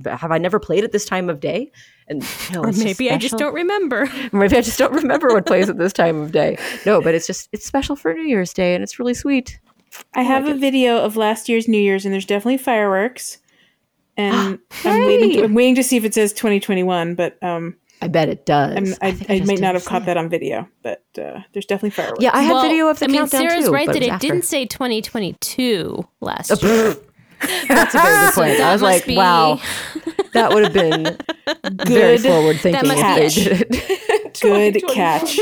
S1: have I never played at this time of day?" And no,
S2: Or
S1: it's
S2: maybe I just
S1: special.
S2: don't remember.
S1: [LAUGHS] Maybe I just don't remember what plays at this time of day. No, but it's just it's special for New Year's Day and it's really sweet.
S3: I have a video of last year's New Year's, and there's definitely fireworks. [GASPS] And I'm, waiting
S1: Yay!
S3: to, I'm waiting to see if it says 2021, but um,
S1: I bet it does.
S3: I'm, I,
S1: think
S3: I,
S1: just
S3: might not
S1: didn't
S3: have
S1: see
S3: caught
S1: it.
S3: that on video, but uh, there's definitely fireworks.
S1: Yeah, I had
S2: Well,
S1: video of the
S2: I mean,
S1: countdown
S2: Sarah's
S1: too.
S2: right
S1: but
S2: that
S1: was
S2: it
S1: after.
S2: didn't say 2022 last year.
S1: [LAUGHS] That's a very good point.
S2: that
S1: I was
S2: must
S1: like,
S2: be-
S1: wow, that would have
S2: [LAUGHS]
S1: been very forward thinking
S2: must
S1: if
S2: be-
S1: they did
S2: [LAUGHS]
S1: it.
S3: Good catch.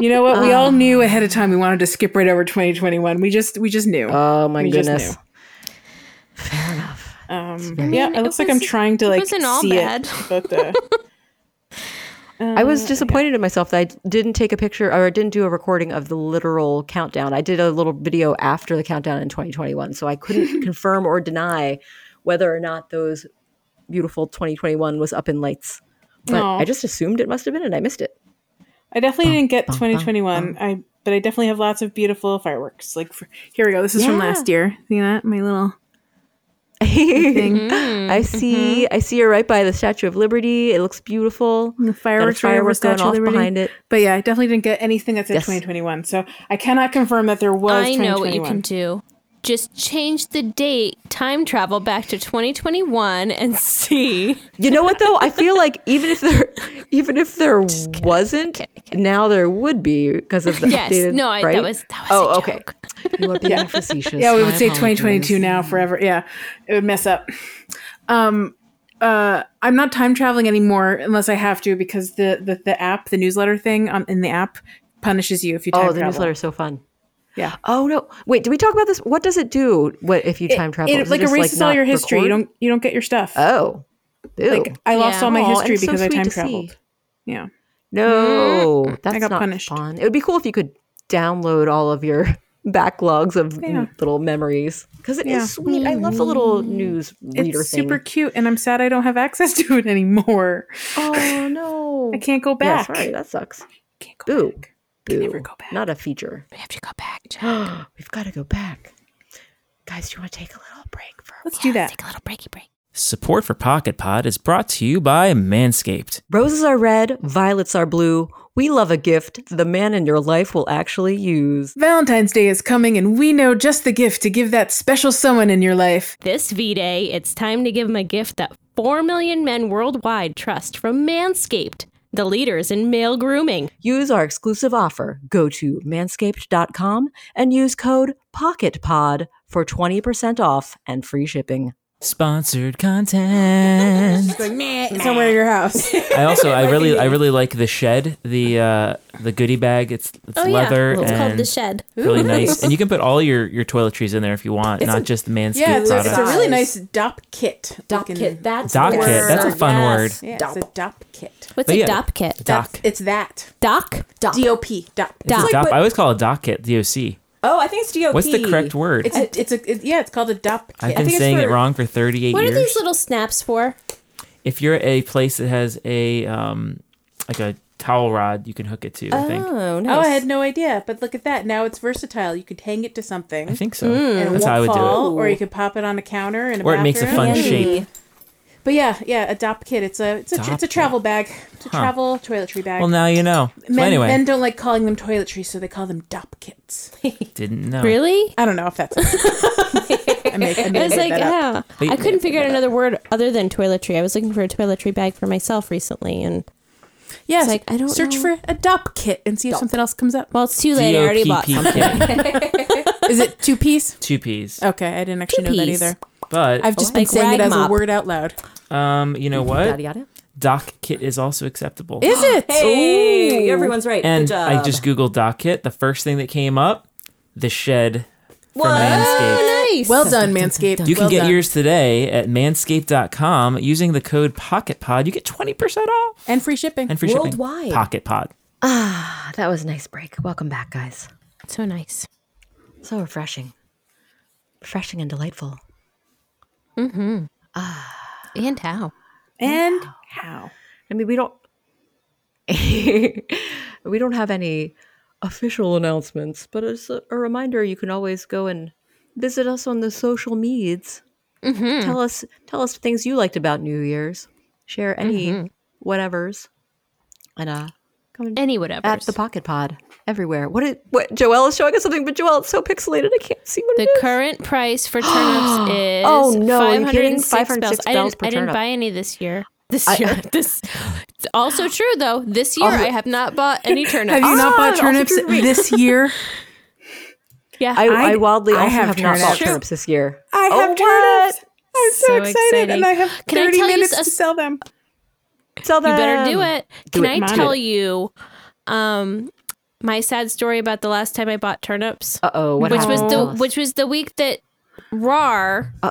S3: you know what? We all
S1: Ah.
S3: knew ahead of time we wanted to skip right over 2021. We just we just knew.
S1: Oh my
S3: We just
S1: goodness.
S3: knew.
S1: Fair enough.
S3: Um, yeah, it
S2: it
S3: looks like I'm
S2: was-
S3: trying to
S2: it
S3: like
S2: wasn't all
S3: see
S2: bad.
S3: it, but uh,
S1: I
S3: Mm-hmm.
S1: was disappointed in myself that I didn't take a picture or I didn't do a recording of the literal countdown. I did a little video after the countdown in 2021, so I couldn't
S3: [LAUGHS]
S1: confirm or deny whether or not those beautiful 2021 was up in lights. But
S3: Aw.
S1: I just assumed it must have been and I missed
S3: [LAUGHS]
S1: it.
S3: I
S1: [LAUGHS]
S3: definitely didn't get 2021. I but I definitely have lots of beautiful fireworks. Like for, here we go. This is from
S1: Yeah.
S3: last year. See that? My little
S1: [LAUGHS]
S3: thing.
S1: I see. I see her right by the Statue of Liberty. It looks beautiful.
S3: Mm-hmm. The fireworks,
S1: Got a
S3: right over
S1: firework going
S3: Statue of
S1: off
S3: Liberty.
S1: behind it.
S3: But yeah, I definitely didn't get anything that said
S1: Yes.
S3: 2021. So I cannot confirm that there was.
S2: I know what you
S3: 2021.
S2: can do. Just change the date, time travel back to 2021 and [LAUGHS] see.
S1: You know what though? I feel like even if
S2: [LAUGHS]
S1: there, even if there wasn't, now there would be because of the
S2: Yes.
S1: updated.
S2: No, I,
S1: right?
S2: that was that was
S1: Oh,
S2: a
S1: okay.
S2: joke.
S1: You are being facetious.
S3: Yeah, we
S1: My
S3: would say
S1: apologies.
S3: 2022 now forever. Yeah, it would mess up. Um, uh, I'm not time traveling anymore unless I have to because the the, the app, the newsletter thing on in the app punishes you if you time
S1: Oh,
S3: travel.
S1: the newsletter is so fun.
S3: Yeah.
S1: Oh no! Wait, did we talk about this? What does it do? What if you time travel?
S3: It,
S1: Does
S3: like
S1: just,
S3: erases all
S1: not
S3: your history. You
S1: record?
S3: don't you don't get your stuff.
S1: Oh. Ew.
S3: like I lost
S2: Yeah.
S3: all my
S1: Aw, and
S3: history
S1: it's so
S3: because I
S1: sweet
S3: time
S1: to see.
S3: traveled. Yeah.
S1: No, that's
S3: mm, got
S1: not
S3: punished.
S1: fun. It would be cool if you could download all of your [LAUGHS] backlogs of
S3: Yeah.
S1: little memories because it is
S3: Yeah.
S1: sweet. I love the
S2: Mm.
S1: little news reader
S3: It's
S1: thing.
S3: super cute and I'm sad I don't have access [LAUGHS] to it anymore.
S1: oh no,
S3: I can't go
S1: Yeah,
S3: back.
S1: sorry, that sucks.
S3: Can't go
S1: Boo.
S3: back.
S1: Boo.
S3: never go back.
S1: Not a feature.
S2: We have to go back.
S1: [GASPS] We've got to go back, guys. Do you want to take a little break for?
S3: Let's do that.
S2: Take a little breaky break.
S4: Support for Pocket Pod is brought to you by Manscaped.
S1: Roses are red, violets are blue. We love a gift the man in your life will actually use.
S3: Valentine's Day is coming and we know just the gift to give that special someone in your life.
S2: This V Day, it's time to give them a gift that 4 million men worldwide trust from Manscaped, the leaders in male grooming.
S1: Use our exclusive offer. Go to manscaped.com and use code POCKETPOD for 20% off and free shipping.
S3: [LAUGHS]
S4: Sponsored content.
S3: Somewhere in your house.
S4: I also, I really, I really like the shed, the uh, the goodie bag. It's it's leather
S2: Oh, It's
S4: and
S2: called The Shed.
S4: really nice. And you can put all your your toiletries in there if you want, not just the Manscaped
S3: yeah, it's,
S4: products.
S3: it's a really nice dop kit.
S5: Dop
S3: looking-
S5: kit. That's
S4: Dock
S5: the
S4: kit.
S5: word.
S4: That's a fun word.
S3: Yeah,
S5: Dop.
S3: it's a dop kit.
S2: What's
S4: But
S2: a
S4: yeah.
S2: dop kit?
S4: Doc.
S3: It's that.
S2: Doc?
S5: Dop.
S3: D O P. Dop.
S4: It's a
S5: like
S4: dop.
S5: what-
S4: I always call it docket. Doc.
S5: Oh, I think it's DOP.
S4: What's the correct word?
S3: It's a, it's a it- yeah, it's called a dop kit.
S4: I've been
S3: think it's
S4: saying it
S3: for-
S4: wrong for 38
S2: What are
S4: years.
S2: these little snaps for?
S4: if you're at a place that has a um like a towel rod, you can hook it to. I think.
S1: Oh,
S3: Oh, I had no idea, but look at that. Now it's versatile. You could hang it to something.
S4: I think so.
S3: and it
S4: That's
S3: won't
S4: how I would
S3: fall,
S4: do
S3: or you could pop it on a counter in a
S4: it. Or it makes a
S3: bathroom.
S4: fun shape.
S3: But yeah, yeah, a dop kit. It's a it's a
S4: Dop
S3: it's a
S4: kit.
S3: travel bag. It's a travel toiletry bag.
S4: Well, now you know. So
S3: men,
S4: anyway,
S3: men don't like calling them
S2: [LAUGHS]
S3: toiletries, so they call them dop kits.
S4: didn't know.
S2: Really?
S3: I don't know if that's
S2: [LAUGHS]
S3: I make, I
S2: I was like,
S3: yeah.
S2: yeah.
S4: Wait,
S2: I couldn't
S4: wait,
S2: figure out another word other than toiletry. I was looking for a toiletry bag for myself recently, and
S3: Yes,
S2: like, I don't
S3: search
S2: know.
S3: for a DOP kit and see if something else comes up.
S2: well, it's too late. I already bought some.
S4: D-O-P-P-K.
S3: Is it two
S2: [LAUGHS]
S3: piece?
S4: [LAUGHS] Two P's.
S3: Okay, I didn't actually know that
S2: Two-piece.
S3: either.
S4: But
S3: Oh, I've just been
S2: Oh. Like
S3: saying it
S2: rag
S3: as
S2: mop.
S3: a word out
S2: [GASPS]
S3: loud.
S4: um, you know what?
S1: Yada yada.
S4: Doc kit is also acceptable.
S3: Is it?
S1: Hey, everyone's right.
S4: and
S1: Good job.
S4: I just googled doc kit. The first thing that came up, the shed from Manscaped.
S2: Nice.
S3: Well done, Manscaped.
S4: You can
S3: Well
S4: get
S3: done.
S4: yours today at manscaped.com using the code PocketPod. You get 20% off
S3: and free shipping.
S4: and free shipping.
S1: Worldwide.
S4: PocketPod.
S1: Oh, that was a nice break. Welcome back, guys.
S2: so nice.
S1: So refreshing, refreshing and delightful.
S2: And how?
S3: and how?
S1: I mean, we don't [LAUGHS] we don't have any official announcements, but as a, a reminder, you can always go and visit us on the social medias. Tell us tell us things you liked about New Year's. Share any Mm-hmm. whatevers, and uh,
S2: Any whatever.
S1: at the Pocket Pod everywhere. What? Is, what? Joelle is showing us something, but Joelle, it's so pixelated, I can't see what
S2: The
S1: it is.
S2: current price for
S1: [GASPS]
S2: turnips is
S1: Oh, no, are you
S2: 506
S1: kidding?
S2: bells.
S1: 506
S2: I
S1: bells
S2: didn't,
S1: per
S2: I didn't
S1: turnip.
S2: buy any this year. This year, [LAUGHS]
S1: [LAUGHS]
S2: this it's also true though. This
S1: Oh.
S2: year, I have not bought any turnips.
S3: Have you
S4: Ah,
S3: not bought
S1: also
S3: turnips
S1: true to me.
S3: this
S4: [LAUGHS]
S3: year?
S2: yeah,
S1: I, I
S3: I-
S1: wildly
S3: I
S1: also
S3: have
S1: have, not bought
S3: turnips.
S1: turnips this year.
S3: I have turnips. I'm Oh, so,
S2: So
S3: excited,
S2: exciting.
S3: and I have
S2: Can I
S3: 30
S2: tell you
S3: minutes to
S2: a-
S3: sell them.
S1: Tell
S2: you better do it. Can
S3: it,
S2: I
S3: mom.
S2: tell
S3: Do it.
S2: you, um, my sad story about the last time I bought turnips,
S1: Uh oh. What
S2: which was
S1: happened?
S2: the which was the week that Rar
S1: Uh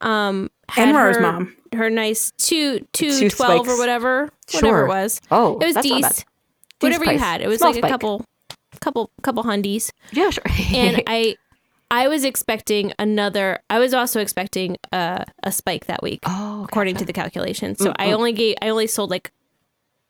S1: oh.
S2: um had
S3: And Rar's
S2: her,
S3: mom.
S2: her nice two two
S1: Two
S2: twelve
S1: spikes.
S2: or whatever whatever
S1: Sure.
S2: it was.
S1: Oh,
S2: it was
S1: that's not bad.
S2: Dees. whatever you
S1: price.
S2: had. It was
S1: Small
S2: like
S1: spike.
S2: a couple couple couple hundies.
S1: Yeah, sure.
S2: and I I was expecting another. I was also expecting a, a spike that week,
S1: Oh,
S2: according to the calculation. So I only gave I only sold like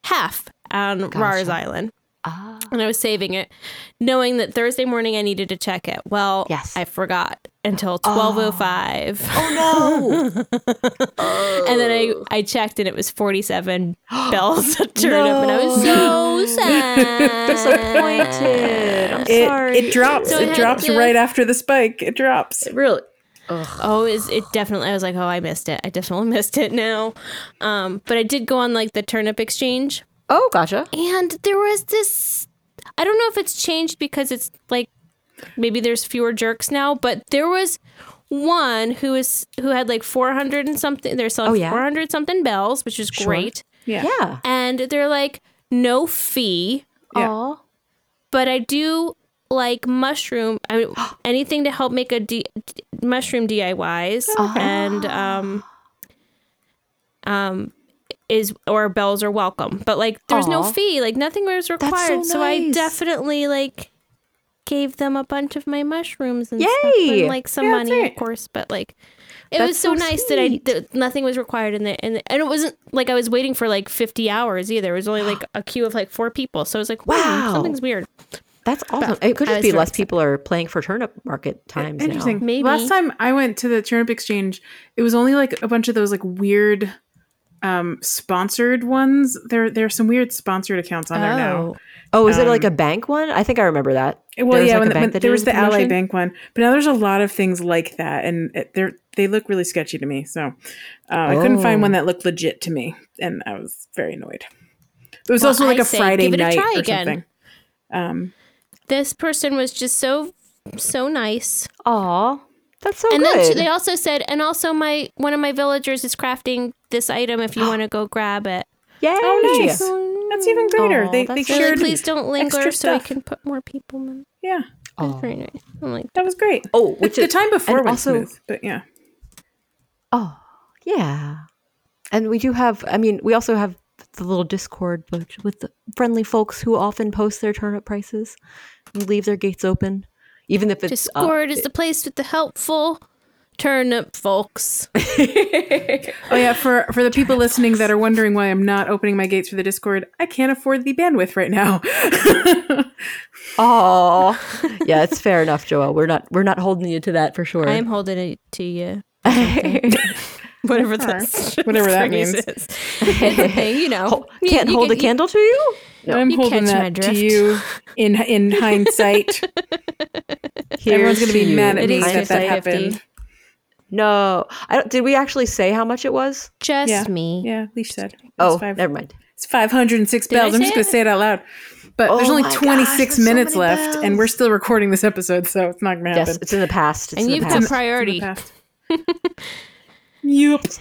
S2: half on Rars Island,
S1: Ah.
S2: and I was saving it, knowing that Thursday morning I needed to check it. Well,
S1: Yes.
S2: I forgot until twelve oh five,
S1: Oh, no.
S2: [LAUGHS]
S1: Oh.
S2: and then I I checked and it was forty
S1: [GASPS]
S2: seven bells a turnip, and I was so sad,
S1: [LAUGHS] Disappointed. I'm
S3: It,
S1: sorry.
S3: it drops.
S2: So I
S3: it
S2: had
S3: drops
S2: to-
S3: right after the spike. It drops.
S1: really.
S2: Oh, is it definitely? I was like, oh, I missed it. I definitely [LAUGHS] missed it now. Um, but I did go on like the turnip exchange,
S1: [LAUGHS] Oh, gotcha.
S2: and there was this. I don't know if it's changed because it's like maybe there's fewer jerks now, but there was one who is who had like 400 and something. They're selling
S1: Oh, yeah.
S2: 400 something bells, which is great,
S3: Yeah.
S1: Yeah.
S2: and they're like no fee
S3: Yeah.
S1: Aw.
S2: but I do like mushroom. I
S1: [GASPS]
S2: mean, anything to help make a D- d- mushroom DIYs
S1: Uh-huh.
S2: and um um is or bells are welcome. But like there's no
S1: Aw.
S2: fee, like nothing was required. so, I
S1: nice.
S2: definitely like gave them a bunch of my mushrooms and stuff
S1: Yay!
S2: and like some
S3: Yeah, that's
S2: money, of
S3: right.
S2: course, but like it
S1: That's
S2: was
S1: so
S2: so, nice that I
S1: sweet.
S2: that nothing was required in the, in the and it wasn't like I was waiting for like 50 hours either. It was only like a queue of like four people. So I was like, wow,
S1: Wow.
S2: something's weird.
S1: That's awesome. It could
S2: I
S1: just
S2: was
S1: be
S2: very
S1: less
S2: excited.
S1: people are playing for turnip market times
S3: Interesting.
S1: now.
S2: Maybe.
S3: Last time I went to the turnip exchange, it was only like a bunch of those like weird um sponsored ones. There there are some weird sponsored accounts on there now.
S1: Oh, is it like a bank one? I think I remember that.
S3: Um, Well,
S1: There was
S3: yeah,
S1: like
S3: when
S1: a
S3: the-
S1: bank
S3: when
S1: that
S3: there
S1: did
S3: was
S1: a
S3: the Ally
S1: promotion?
S3: Bank one, but now there's a lot of things like that, and it, they're they look really sketchy to me. So uh, I couldn't find
S1: Oh.
S3: one that looked legit to me, and I was very annoyed. It was also
S2: I
S3: like a
S2: say
S3: Friday
S2: give it a
S3: night
S2: try
S3: or
S2: again.
S3: something. Um,
S2: this person was just so so nice
S1: Aw, that's so
S2: and then
S1: Oh, good.
S2: she, they also said and also my one of my villagers is crafting this item if
S1: [GASPS]
S2: you want to go grab it
S1: Yay.
S3: oh, nice! That's even greater.
S1: Aw,
S3: they
S1: that's
S3: they
S2: They're like,
S3: shared.
S2: please don't linger
S3: extra
S2: so i
S3: stuff.
S2: can put more people in
S3: Yeah,
S1: Aw.
S2: Very nice. I'm like
S3: that was great.
S1: Oh,
S3: The-
S1: which
S3: the
S1: is-
S3: time before
S1: and
S3: was
S1: also-
S3: smooth, but yeah.
S1: Oh, yeah. And we do have, I mean, we also have the little Discord which- with the friendly folks who often post their turnip prices and leave their gates open, even if it's. uh,
S2: discord is the place with the helpful
S1: [LAUGHS]
S2: turnip folks
S3: Oh yeah, for for the people listening that are wondering why I'm not opening my gates for the Discord, I can't afford the bandwidth right now. [LAUGHS]
S2: [LAUGHS]
S1: oh, yeah, it's fair enough, Joel. We're not we're not holding you to that for sure.
S2: i'm holding it
S1: [LAUGHS]
S2: to you [LAUGHS] whatever that's [LAUGHS]
S3: whatever that
S1: [LAUGHS]
S3: means.
S2: it's a thing you know
S1: Oh,
S2: You-
S1: can't
S2: you
S1: hold
S2: can- e
S1: a candle to you. No,
S3: I'm
S2: You
S3: holding
S2: catch my
S3: that to
S2: drift.
S3: you in
S2: [LAUGHS]
S3: in hindsight. Everyone's
S1: here's
S3: gonna be mad at
S2: It
S3: me
S2: is
S3: that that
S2: 50-50.
S3: happened.
S1: No, I don't, did we actually say how much it was?
S2: Just
S3: Yeah.
S2: me.
S3: Yeah, Leash said. It's
S1: Oh,
S3: five-
S1: never mind.
S3: It's 506
S2: I
S3: bells. I'm
S2: say
S3: just going
S2: it?
S3: to say it out loud. But there's
S1: Oh
S3: only
S1: my gosh,
S3: 26
S1: there's so
S3: minutes
S1: many
S3: left,
S1: bells.
S3: and we're still recording this episode, so it's not going to happen.
S1: Yes, it's in the past. It's
S2: And
S1: in
S2: you've
S1: the
S2: got
S1: past.
S2: priority.
S3: It's in the [LAUGHS] past. yep.
S2: It's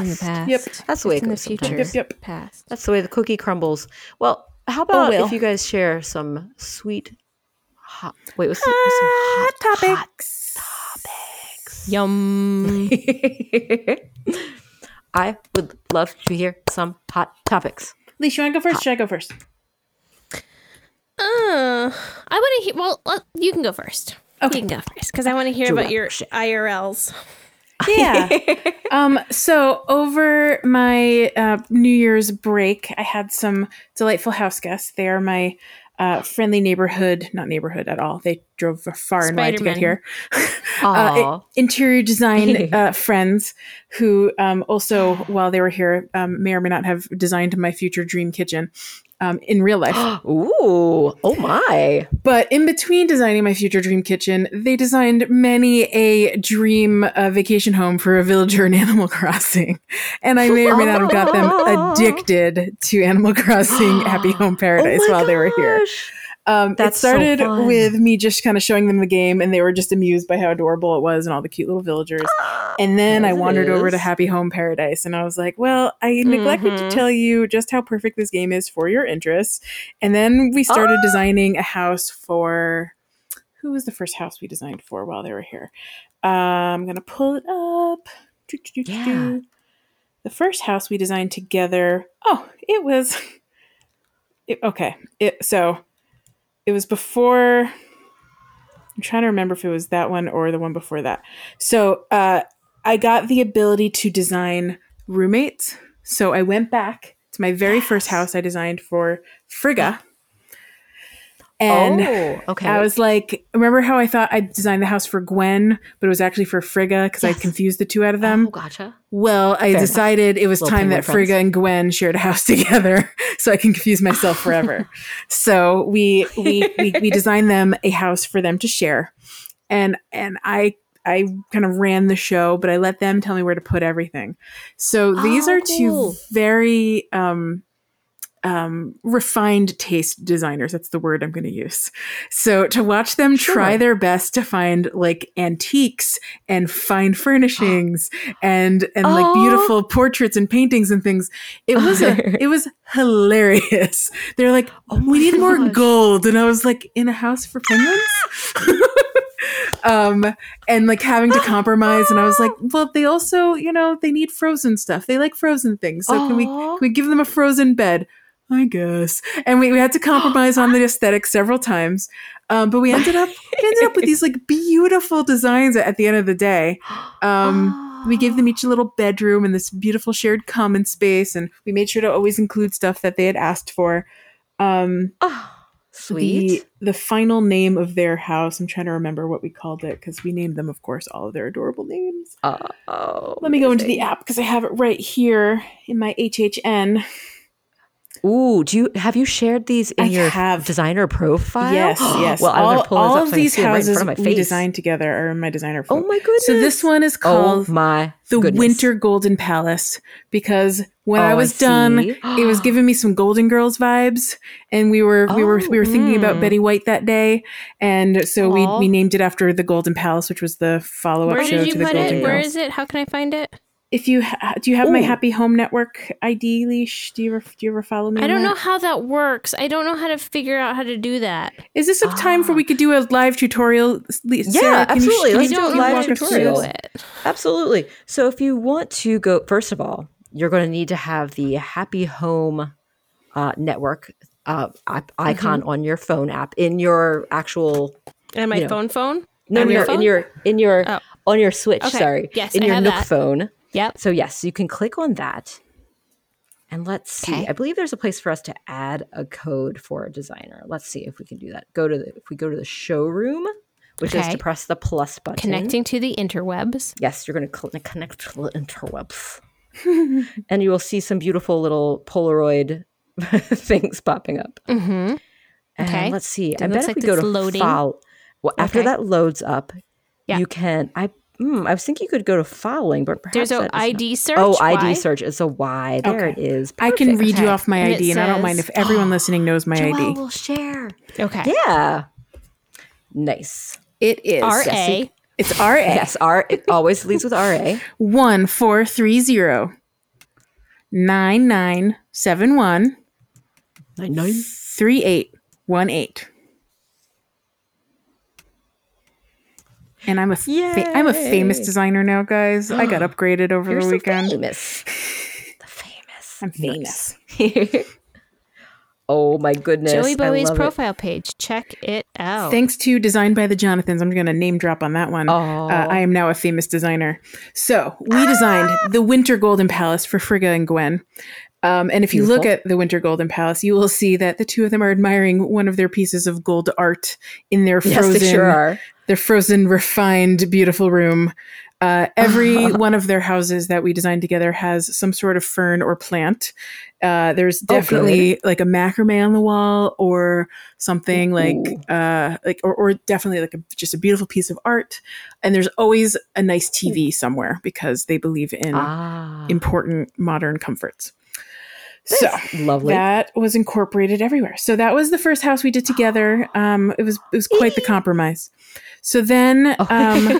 S2: in the past.
S3: Yep.
S1: That's the way
S2: It's
S1: it
S2: in the
S1: goes
S2: future.
S1: sometimes.
S3: Yep, yep.
S2: Past.
S1: That's the way the cookie crumbles. Well, how about
S2: Oh, Will.
S1: if you guys share some sweet, hot? Wait, what's, the, what's some hot hot
S3: Ah, topics.
S2: Yum.
S1: I would love to hear some hot topics.
S3: Leash, you want to go first? Should I go first?
S2: Uh, I want to hear. Well, uh, you can go first.
S3: Okay.
S2: You can go first because I want to hear about your IRLs.
S3: Yeah. um, so over my uh, New Year's break, I had some delightful house guests. They are my uh, friendly neighborhood, not neighborhood at all. They drove far and wide to get
S2: Spider-Man.
S3: here.
S1: Aw.
S3: uh, i- interior design uh, friends who um, also, while they were here, um, may or may not have designed my future dream kitchen um, in real life.
S1: Ooh, oh my.
S3: but in between designing my future dream kitchen, they designed many a dream uh, vacation home for a villager in [LAUGHS] Animal Crossing. And I may or may not have
S1: [LAUGHS]
S3: got them addicted to Animal Crossing Happy Home Paradise
S1: oh my
S3: while they were here.
S1: gosh.
S3: Um,
S1: That's
S3: it
S1: so
S3: started
S1: fun.
S3: with me just kind of showing them the game, and they were just amused by how adorable it was and all the cute
S1: [GASPS]
S3: little villagers. and then I
S1: yes, it
S3: wandered over to
S1: is.
S3: Happy Home Paradise, and I was like, "Well, I neglected
S1: Mm-hmm.
S2: Mhm.
S3: to tell you just how perfect this game is for your interests." And then we
S1: Oh.
S3: started designing a house for who was the first house we designed for while they were here. Uh, I'm gonna pull it up. Do, do, do, do,
S1: Yeah.
S3: do. The first house we designed together. Oh, it was. [LAUGHS] It, okay. It so it was before I'm trying to remember if it was that one or the one before that. So uh, I got the ability to design roommates. So I went back to my very first house I designed for Frigga. And
S1: oh, okay.
S3: I was like, remember how I thought I designed the house for Gwen, but it was actually for Frigga because I
S1: Yes.
S3: confused the two out of
S1: oh,
S3: them?
S1: gotcha.
S3: Well, I
S1: Fair enough.
S3: decided it was
S1: Little
S3: time
S1: penguin
S3: that Frigga
S1: friends.
S3: and Gwen shared a house [LAUGHS] together, so I can confuse myself
S1: [LAUGHS]
S3: forever. so we, we we we designed them a house for them to share, and and I I kind of ran the show, but I let them tell me where to put everything. So these
S2: Oh,
S3: are
S2: cool.
S3: two very um, um, refined taste designers. That's the word I'm going to use. So to watch them try
S1: Sure.
S3: their best to find like antiques and fine furnishings and and like
S1: Oh.
S3: beautiful portraits and paintings and things, it was a, it was hilarious. They're like, Oh,
S1: Oh
S3: we need more gold, and I was like, in a house for penguins. [LAUGHS] um and like having to compromise and i was like well they also you know they need frozen stuff they like frozen things so can we
S1: Aw.
S3: can we give them a frozen bed i guess and we, we had to compromise on the aesthetic several times um but we ended up we ended up with these like beautiful designs at the end of the day
S1: [GASPS]
S3: um we gave them each a little bedroom and this beautiful shared common space and we made sure to always include stuff that they had asked for um
S1: Ah, sweet.
S3: the, the final name of their house. I'm trying to remember what we called it because we named them, of course, all of their adorable names.
S1: oh,
S3: Let me go into the app because I have it right here in my HHN.
S1: Ooh, do you have you shared these in
S3: I
S1: your
S3: have.
S1: designer profile? [GASPS]
S2: [GASPS]
S3: Yes, yes.
S1: well, I'm
S3: all,
S1: gonna pull
S3: all
S1: this up
S3: of
S1: so I can
S3: these
S1: see them right in
S3: houses
S1: front of my
S3: we
S1: face.
S3: designed together are in my designer.
S1: Oh
S3: fo-
S1: my goodness.
S3: So this one is
S1: Oh
S3: called
S1: my.
S3: the
S1: goodness.
S3: Winter Golden Palace because when
S1: Oh,
S3: I
S1: I
S3: was done,
S1: see. [GASPS]
S3: it was giving me some Golden Girls vibes, and we were we were
S1: Oh,
S3: we were thinking
S1: mm.
S3: about Betty White that day, and so we,
S2: Aw.
S3: we named it after the Golden Palace, which was the follow up
S2: Where
S3: show
S2: did
S3: to
S2: you
S3: the
S2: put
S3: Golden
S2: it? Where
S3: Girls.
S2: is it? How can I find it?
S3: if you ha- do you have my
S1: Ooh.
S3: happy home network id leash do you ever do you ever follow me
S2: I
S3: on
S2: don't know
S3: that?
S2: how that works. I don't know how to figure out how to do that.
S3: is this a time
S1: [GASPS]
S3: for we could do a live tutorial Le- Sarah,
S1: Yeah,
S3: can you-
S1: absolutely.
S3: can
S2: I
S1: Let's do a
S3: you walk
S2: don't know
S1: live
S2: how
S3: us
S2: to
S3: through
S2: do
S1: tutorial.
S3: this?
S2: it.
S1: Absolutely. So if you want to go, first of all, you're going to need to have the Happy Home uh, Network uh, ip- icon
S3: Mm-hmm.
S1: on your phone app in your actual
S2: And my
S1: You know.
S2: phone phone?
S1: no
S2: On
S1: no,
S2: your
S1: no, in
S2: phone?
S1: your in your
S2: Oh.
S1: on your Switch.
S2: Okay.
S1: Sorry,
S2: Yes,
S1: in
S2: I
S1: your
S2: have
S1: Nook
S2: that.
S1: phone.
S2: Yep.
S1: So yes, you can click on that, and let's see.
S2: Okay.
S1: I believe there's a place for us to add a code for a designer. Let's see if we can do that. Go to the, if we go to the showroom, which is
S2: Okay.
S1: to press the plus button.
S2: Connecting to the interwebs.
S1: Yes, you're going to cl- connect to the interwebs. [LAUGHS] and you will see some beautiful little Polaroid [LAUGHS] things popping up.
S2: Mm-hmm.
S1: And
S2: Okay.
S1: let's see. I
S2: It
S1: bet
S2: looks
S1: if
S2: like
S1: we go
S2: it's
S1: to
S2: loading.
S1: file, well, after
S2: Okay.
S1: that loads up,
S2: Yeah.
S1: you can. I Hmm, I was thinking you could go to following, but perhaps
S2: There's
S1: that
S2: a
S1: is not-
S2: ID search.
S1: Oh,
S2: Why?
S1: ID search. It's a Y. There
S3: Okay.
S1: it is.
S3: I can read you off my
S2: And it
S3: ID, and I don't
S2: says-
S3: mind if everyone listening knows my ID.
S1: will share.
S2: Okay.
S1: Yeah. Nice.
S3: It is
S2: R
S1: Jessica.
S2: A.
S3: It's R A
S1: Yes, R. It always leads with RA.
S3: [LAUGHS] one four three zero nine nine seven one
S1: Nine nine.
S3: three eight one eight. And I'm a fa- I'm a famous
S1: Yay.
S3: designer now, guys. I got upgraded over
S1: You're
S3: the
S1: so
S3: weekend.
S1: famous. The famous.
S3: I'm famous.
S1: [LAUGHS] oh my goodness. I
S2: Joey Bowie's
S1: love it.
S2: profile page. Check it out.
S3: Thanks to Design by the Jonathans, I'm going to name drop on that one.
S1: Oh.
S3: Uh, I am now a famous designer.
S1: Ah.
S3: So we designed the Winter Golden Palace for Frigga and Gwen. Um, and if you look at the Winter Golden Palace, you will see that the two of them are admiring one of their pieces of gold art in their
S1: Yes,
S3: frozen,
S1: they sure are.
S3: their frozen, refined, beautiful room. Uh,
S1: [LAUGHS]
S3: every one of their houses that we designed together has some sort of fern or plant. Uh, there's
S1: Oh, good.
S3: definitely like a macrame on the wall or something
S1: Ooh.
S3: like uh, like or, or definitely like a, just a beautiful piece of art. And there's always a nice TV somewhere because they believe
S1: Hmm.
S3: in
S1: Ah.
S3: important modern comforts. So
S1: lovely.
S3: that was incorporated everywhere. So that was the first house we did together. Um, it was it was quite the compromise. So then,
S1: Oh. [LAUGHS]
S3: um,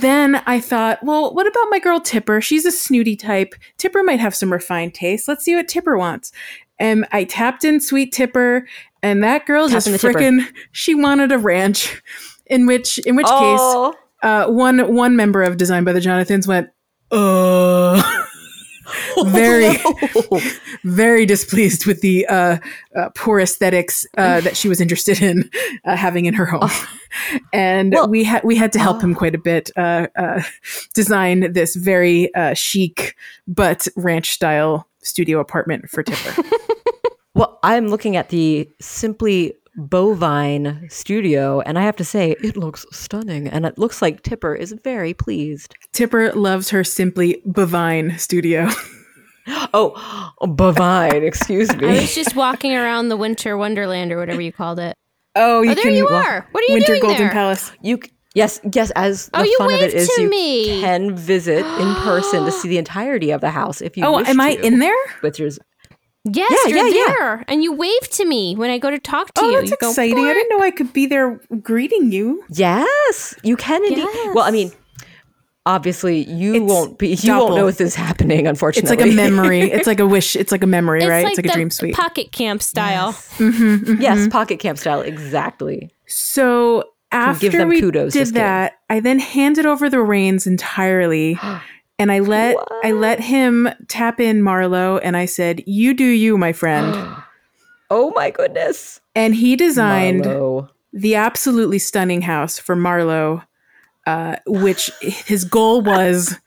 S3: then I thought, well, what about my girl Tipper? She's a snooty type. Tipper might have some refined taste. Let's see what Tipper wants. And I tapped in Sweet Tipper, and that girl
S1: Tapped
S3: just
S1: in the Tipper.
S3: freaking she wanted a ranch. In which in which case
S1: oh.
S3: uh, one one member of Design by the Jonathans went,
S1: [LAUGHS]
S3: uh, very, very displeased with the uh, uh, poor aesthetics [LAUGHS] uh, that she was interested in uh, having in her home, Oh. [LAUGHS] and
S1: Well-
S3: we had we had to help him quite a bit uh, uh, design this very uh, chic but ranch style studio apartment for [LAUGHS] Tipper.
S1: Well, I'm looking at the simply bovine studio, and I have to say, it looks stunning. And it looks like Tipper is very pleased.
S3: Tipper loves her simply bovine studio.
S1: Oh, [GASPS] bovine, excuse
S2: I
S1: me.
S2: was just walking around the winter wonderland or whatever you called it.
S3: Oh, you
S2: Oh, there
S3: can
S2: you are. What are you
S3: Winter
S2: doing
S3: Golden
S2: there?
S3: Palace.
S1: You c- yes, yes, as the
S2: Oh, you
S1: fun of it
S2: waved
S1: is
S2: to
S1: you
S2: me.
S1: can visit in person
S3: [GASPS]
S1: to see the entirety of the house if you
S3: Oh,
S1: wish
S3: am I
S1: to,
S3: in there?
S1: with yours.
S2: Yes,
S1: Yeah,
S2: you're
S1: yeah, yeah.
S2: there, and you wave to me when I go to talk to
S3: Oh,
S2: you.
S3: that's
S2: you go,
S3: exciting! I didn't know I could be there greeting you.
S1: Yes, you can indeed. Well, I mean, obviously you
S3: It's
S1: won't be you won't
S3: double.
S1: know if this is happening,
S3: It's
S1: unfortunately.
S3: like a
S2: [LAUGHS]
S3: memory. It's like a wish. It's like a memory, right? it's like
S2: the
S3: a dream suite.
S2: pocket camp style.
S1: [LAUGHS] yes,
S3: mm-hmm.
S1: pocket camp style, exactly.
S3: so after
S1: give them
S3: we
S1: kudos,
S3: did
S1: just kidding.
S3: that, I then handed over the
S1: [GASPS]
S3: reins entirely, and I let I let him tap in Marlowe, and I said, "You do you,
S1: [GASPS]
S3: my friend."
S1: Oh my goodness.
S3: and he designed
S1: Marlo.
S3: the absolutely stunning house for Marlowe, uh, which his goal was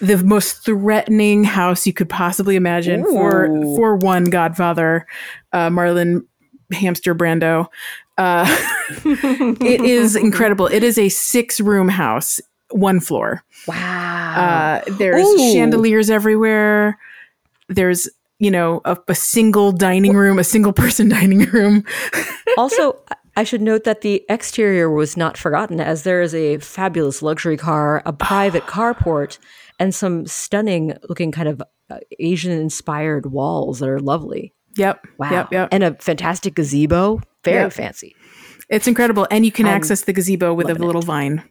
S3: the most threatening house you could possibly imagine for
S1: Ooh.
S3: for one Godfather, uh, Marlon Hamster Brando. Uh, [LAUGHS] it is incredible. It is a six room house, one floor.
S1: Wow.
S3: Uh, there's
S1: Ooh.
S3: chandeliers everywhere. There's you know a, a single dining room, a single person [LAUGHS] dining room.
S1: also, I should note that the exterior was not forgotten, as there is a fabulous luxury car,
S3: [SIGHS]
S1: a private carport, and some stunning looking kind of uh, Asian inspired walls that are lovely.
S3: Yep.
S1: Wow.
S3: Yep. Yep.
S1: And a fantastic gazebo. Very
S3: Yep.
S1: fancy. [LAUGHS]
S3: It's incredible. And you can
S1: Um,
S3: access the gazebo with a little vine.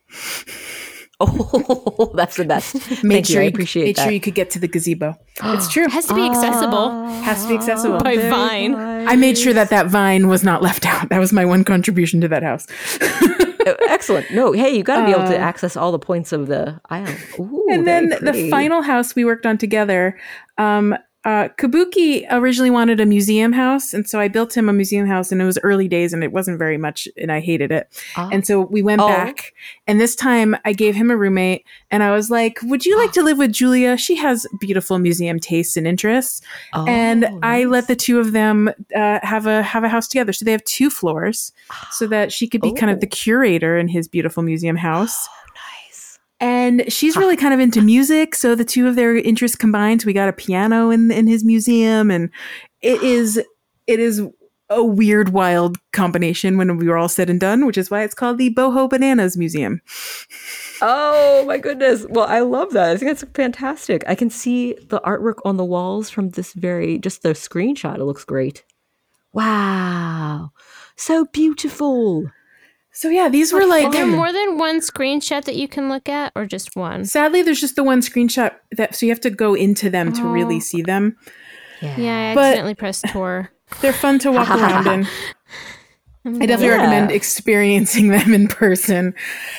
S1: Oh, [LAUGHS] that's the best. Thank you. I appreciate
S3: make
S1: that.
S3: sure you could get to the gazebo. it's true.
S2: It has to be accessible
S3: Has to be accessible.
S2: by Vine.
S3: I made sure that that vine was not left out. That was my one contribution to
S1: [LAUGHS]
S3: that house.
S1: oh, Excellent. No, hey, you got to be able to access all the points of the island. Ooh,
S3: Uh, and
S1: very
S3: then the
S1: pretty.
S3: final house we worked on together. Um, uh, Kabuki originally wanted a museum house, and so I built him a museum house. And it was early days, and it wasn't very much, and I hated it. And so we went
S1: Oh.
S3: back, and this time I gave him a roommate, and I was like, "Would you like to live with Julia? She has beautiful museum tastes and interests."
S1: Oh,
S3: and I let the two of them uh, have a have a house together. So they have two floors, so that she could be kind of the curator in his beautiful museum house.
S1: Oh, nice.
S3: And she's really kind of into music, so the two of their interests combined. So we got a piano in in his museum, and it is it is a weird, wild combination when we were all said and done, which is why it's called the Boho Bananas Museum.
S1: Oh my goodness. Well, I love that. I think that's fantastic. I can see the artwork on the walls from this very just the screenshot. It looks great. Wow. So beautiful.
S3: So yeah, these were
S2: Are
S3: like
S2: there more than one screenshot that you can look at, or just one?
S3: sadly there's just the one screenshot that so you have to go into them to really see them.
S2: Yeah, I
S3: But-
S2: accidentally pressed tour.
S3: They're fun to walk around in. I definitely
S1: Yeah.
S3: recommend experiencing [LAUGHS] them in person.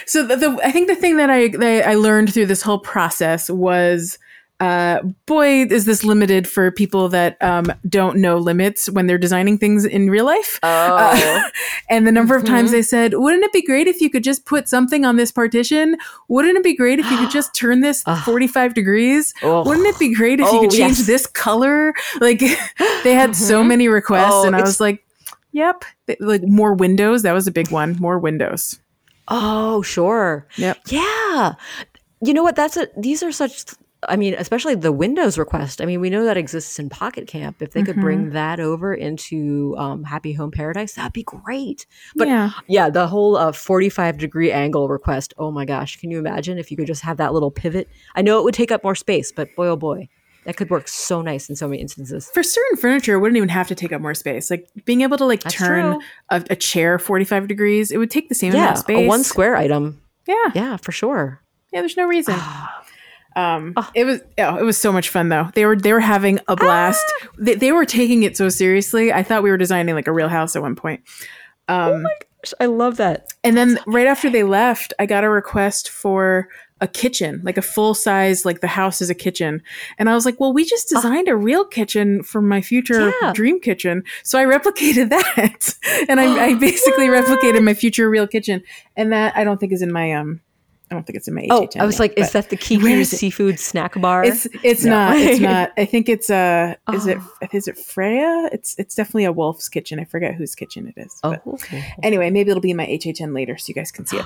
S3: So the, the I think the thing that I that I learned through this whole process was, uh, boy, is this limited for people that um, don't know limits when they're designing things in real life.
S1: Oh.
S3: Uh, [LAUGHS] and the number of
S1: Mm-hmm.
S3: times they said, "Wouldn't it be great if you could just put something on this partition? Wouldn't it be great if you could just
S1: [GASPS]
S3: turn this forty-five degrees?
S1: Ugh.
S3: Wouldn't it be great if you
S1: Oh,
S3: could change
S1: yes.
S3: this color?" Like [LAUGHS] they had so many requests,
S1: Oh,
S3: and I
S1: it's-
S3: was like. Yep. Th- Like more windows. That was a big one. More windows.
S1: Oh, sure.
S3: Yep.
S1: Yeah. You know what? That's a these are such I mean, especially the Windows request. I mean, we know that exists in Pocket Camp. If they
S3: Mm-hmm.
S1: could bring that over into um, Happy Home Paradise, that'd be great. But
S3: Yeah.
S1: yeah, the whole uh, 45 degree angle request. Oh my gosh. Can you imagine if you could just have that little pivot? I know it would take up more space, but boy, oh boy, that could work so nice in so many instances.
S3: For certain furniture, it wouldn't even have to take up more space. Like being able to like turn
S1: true.
S3: a, a chair 45 degrees, it would take the same amount
S1: Yeah.
S3: of
S1: A
S3: space.
S1: one square item.
S3: Yeah. Yeah.
S1: Yeah, for sure.
S3: There's no
S1: [SIGHS]
S3: reason. Um,
S1: Ah.
S3: it was oh, it was so much fun though. They were they were having a blast.
S1: Ah!
S3: They, they were taking it so seriously. I thought we were designing like a real house at one point.
S1: I love that.
S3: And then right after they left, I got a request for a kitchen, like a full size, like the house is a kitchen. And I was like, well, we just designed a real kitchen for my future
S1: Ah. Yeah.
S3: dream kitchen. So I replicated [LAUGHS] that.
S1: [GASPS]
S3: and I, I basically replicated my future real kitchen. And that I don't think is in my, um, I don't think it's in my
S1: Oh,
S3: HHN
S1: I was
S3: yet,
S1: like, is
S3: but
S1: that the Kiki
S3: Where's it?
S1: seafood snack bar?
S3: It's it's not it's not. I think it's uh
S1: [GASPS]
S3: is it is it Freya? It's it's definitely a wolf's kitchen. I forget whose kitchen it is.
S1: Oh,
S3: but anyway, maybe it'll be in my HHN later, so you guys can see it.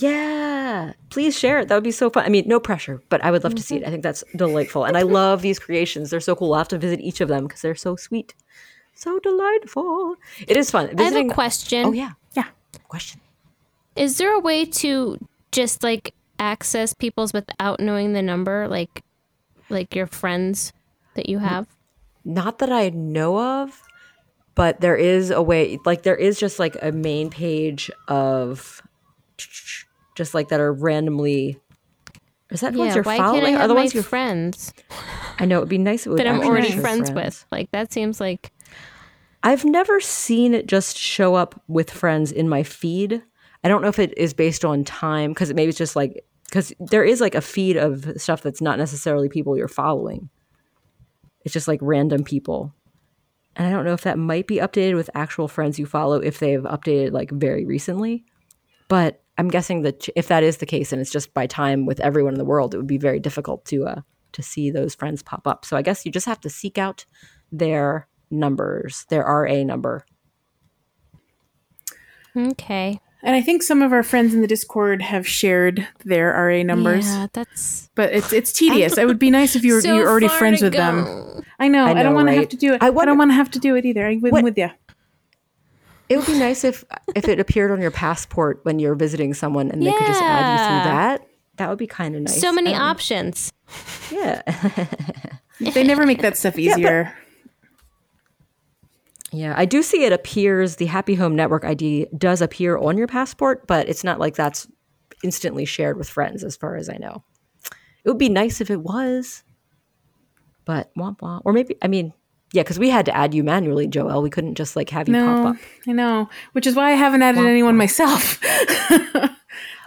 S1: yeah. Please share it. That would be so fun. I mean, no pressure, but I would love to see it. I think that's delightful. And I love these creations. They're so cool. I'll have to visit each of them because they're so sweet. So delightful. It is fun.
S2: I have
S1: Visiting-
S2: a question.
S1: Oh, yeah.
S3: Yeah.
S1: Question.
S2: Is there a way to just like access people's without knowing the number, like like your friends that you have?
S1: Not that I know of, but there is a way, like, there is just like a main page of just like that are randomly. Is that the ones
S2: Yeah.
S1: you're
S2: Why can't I
S1: following?
S2: have
S1: Are the
S2: my
S1: ones you're
S2: friends
S1: I know it'd be nice. It would
S2: that I'm
S1: actually
S2: already
S1: show
S2: friends, with? Like that seems like
S1: I've never seen it just show up with friends in my feed. I don't know if it is based on time because maybe it's just like because there is like a feed of stuff that's not necessarily people you're following. It's just like random people, and I don't know if that might be updated with actual friends you follow if they've updated like very recently. But I'm guessing that if that is the case and it's just by time with everyone in the world, it would be very difficult to uh, to see those friends pop up. So I guess you just have to seek out their numbers, their RA number.
S2: okay.
S3: And I think some of our friends in the Discord have shared their RA numbers,
S2: Yeah, that's
S3: but it's it's tedious. it would be nice if you were
S2: so
S3: you're already
S2: far
S3: friends
S2: to
S3: with them.
S2: go.
S3: I know. I, don't
S1: know,
S3: want to have
S1: right?
S3: to do it. I,
S1: I wonder-
S3: don't want to have to do it either. I'm with,
S1: What-
S3: with you.
S1: It would be nice if if it appeared on your passport when you're visiting someone and they could just add you
S2: Yeah.
S1: through that. That would be kind of nice.
S2: So many
S1: Um,
S2: options.
S1: Yeah.
S3: They never make that stuff easier.
S1: [LAUGHS] Yeah, I do see it appears the Happy Home Network ID does appear on your passport, but it's not like that's instantly shared with friends as far as I know. It would be nice if it was. But womp womp. Or maybe I mean, yeah, because we had to add you manually, Joel. We couldn't just like have you
S3: no,
S1: pop up.
S3: I know. Which is why I haven't added anyone myself. [LAUGHS] Sorry.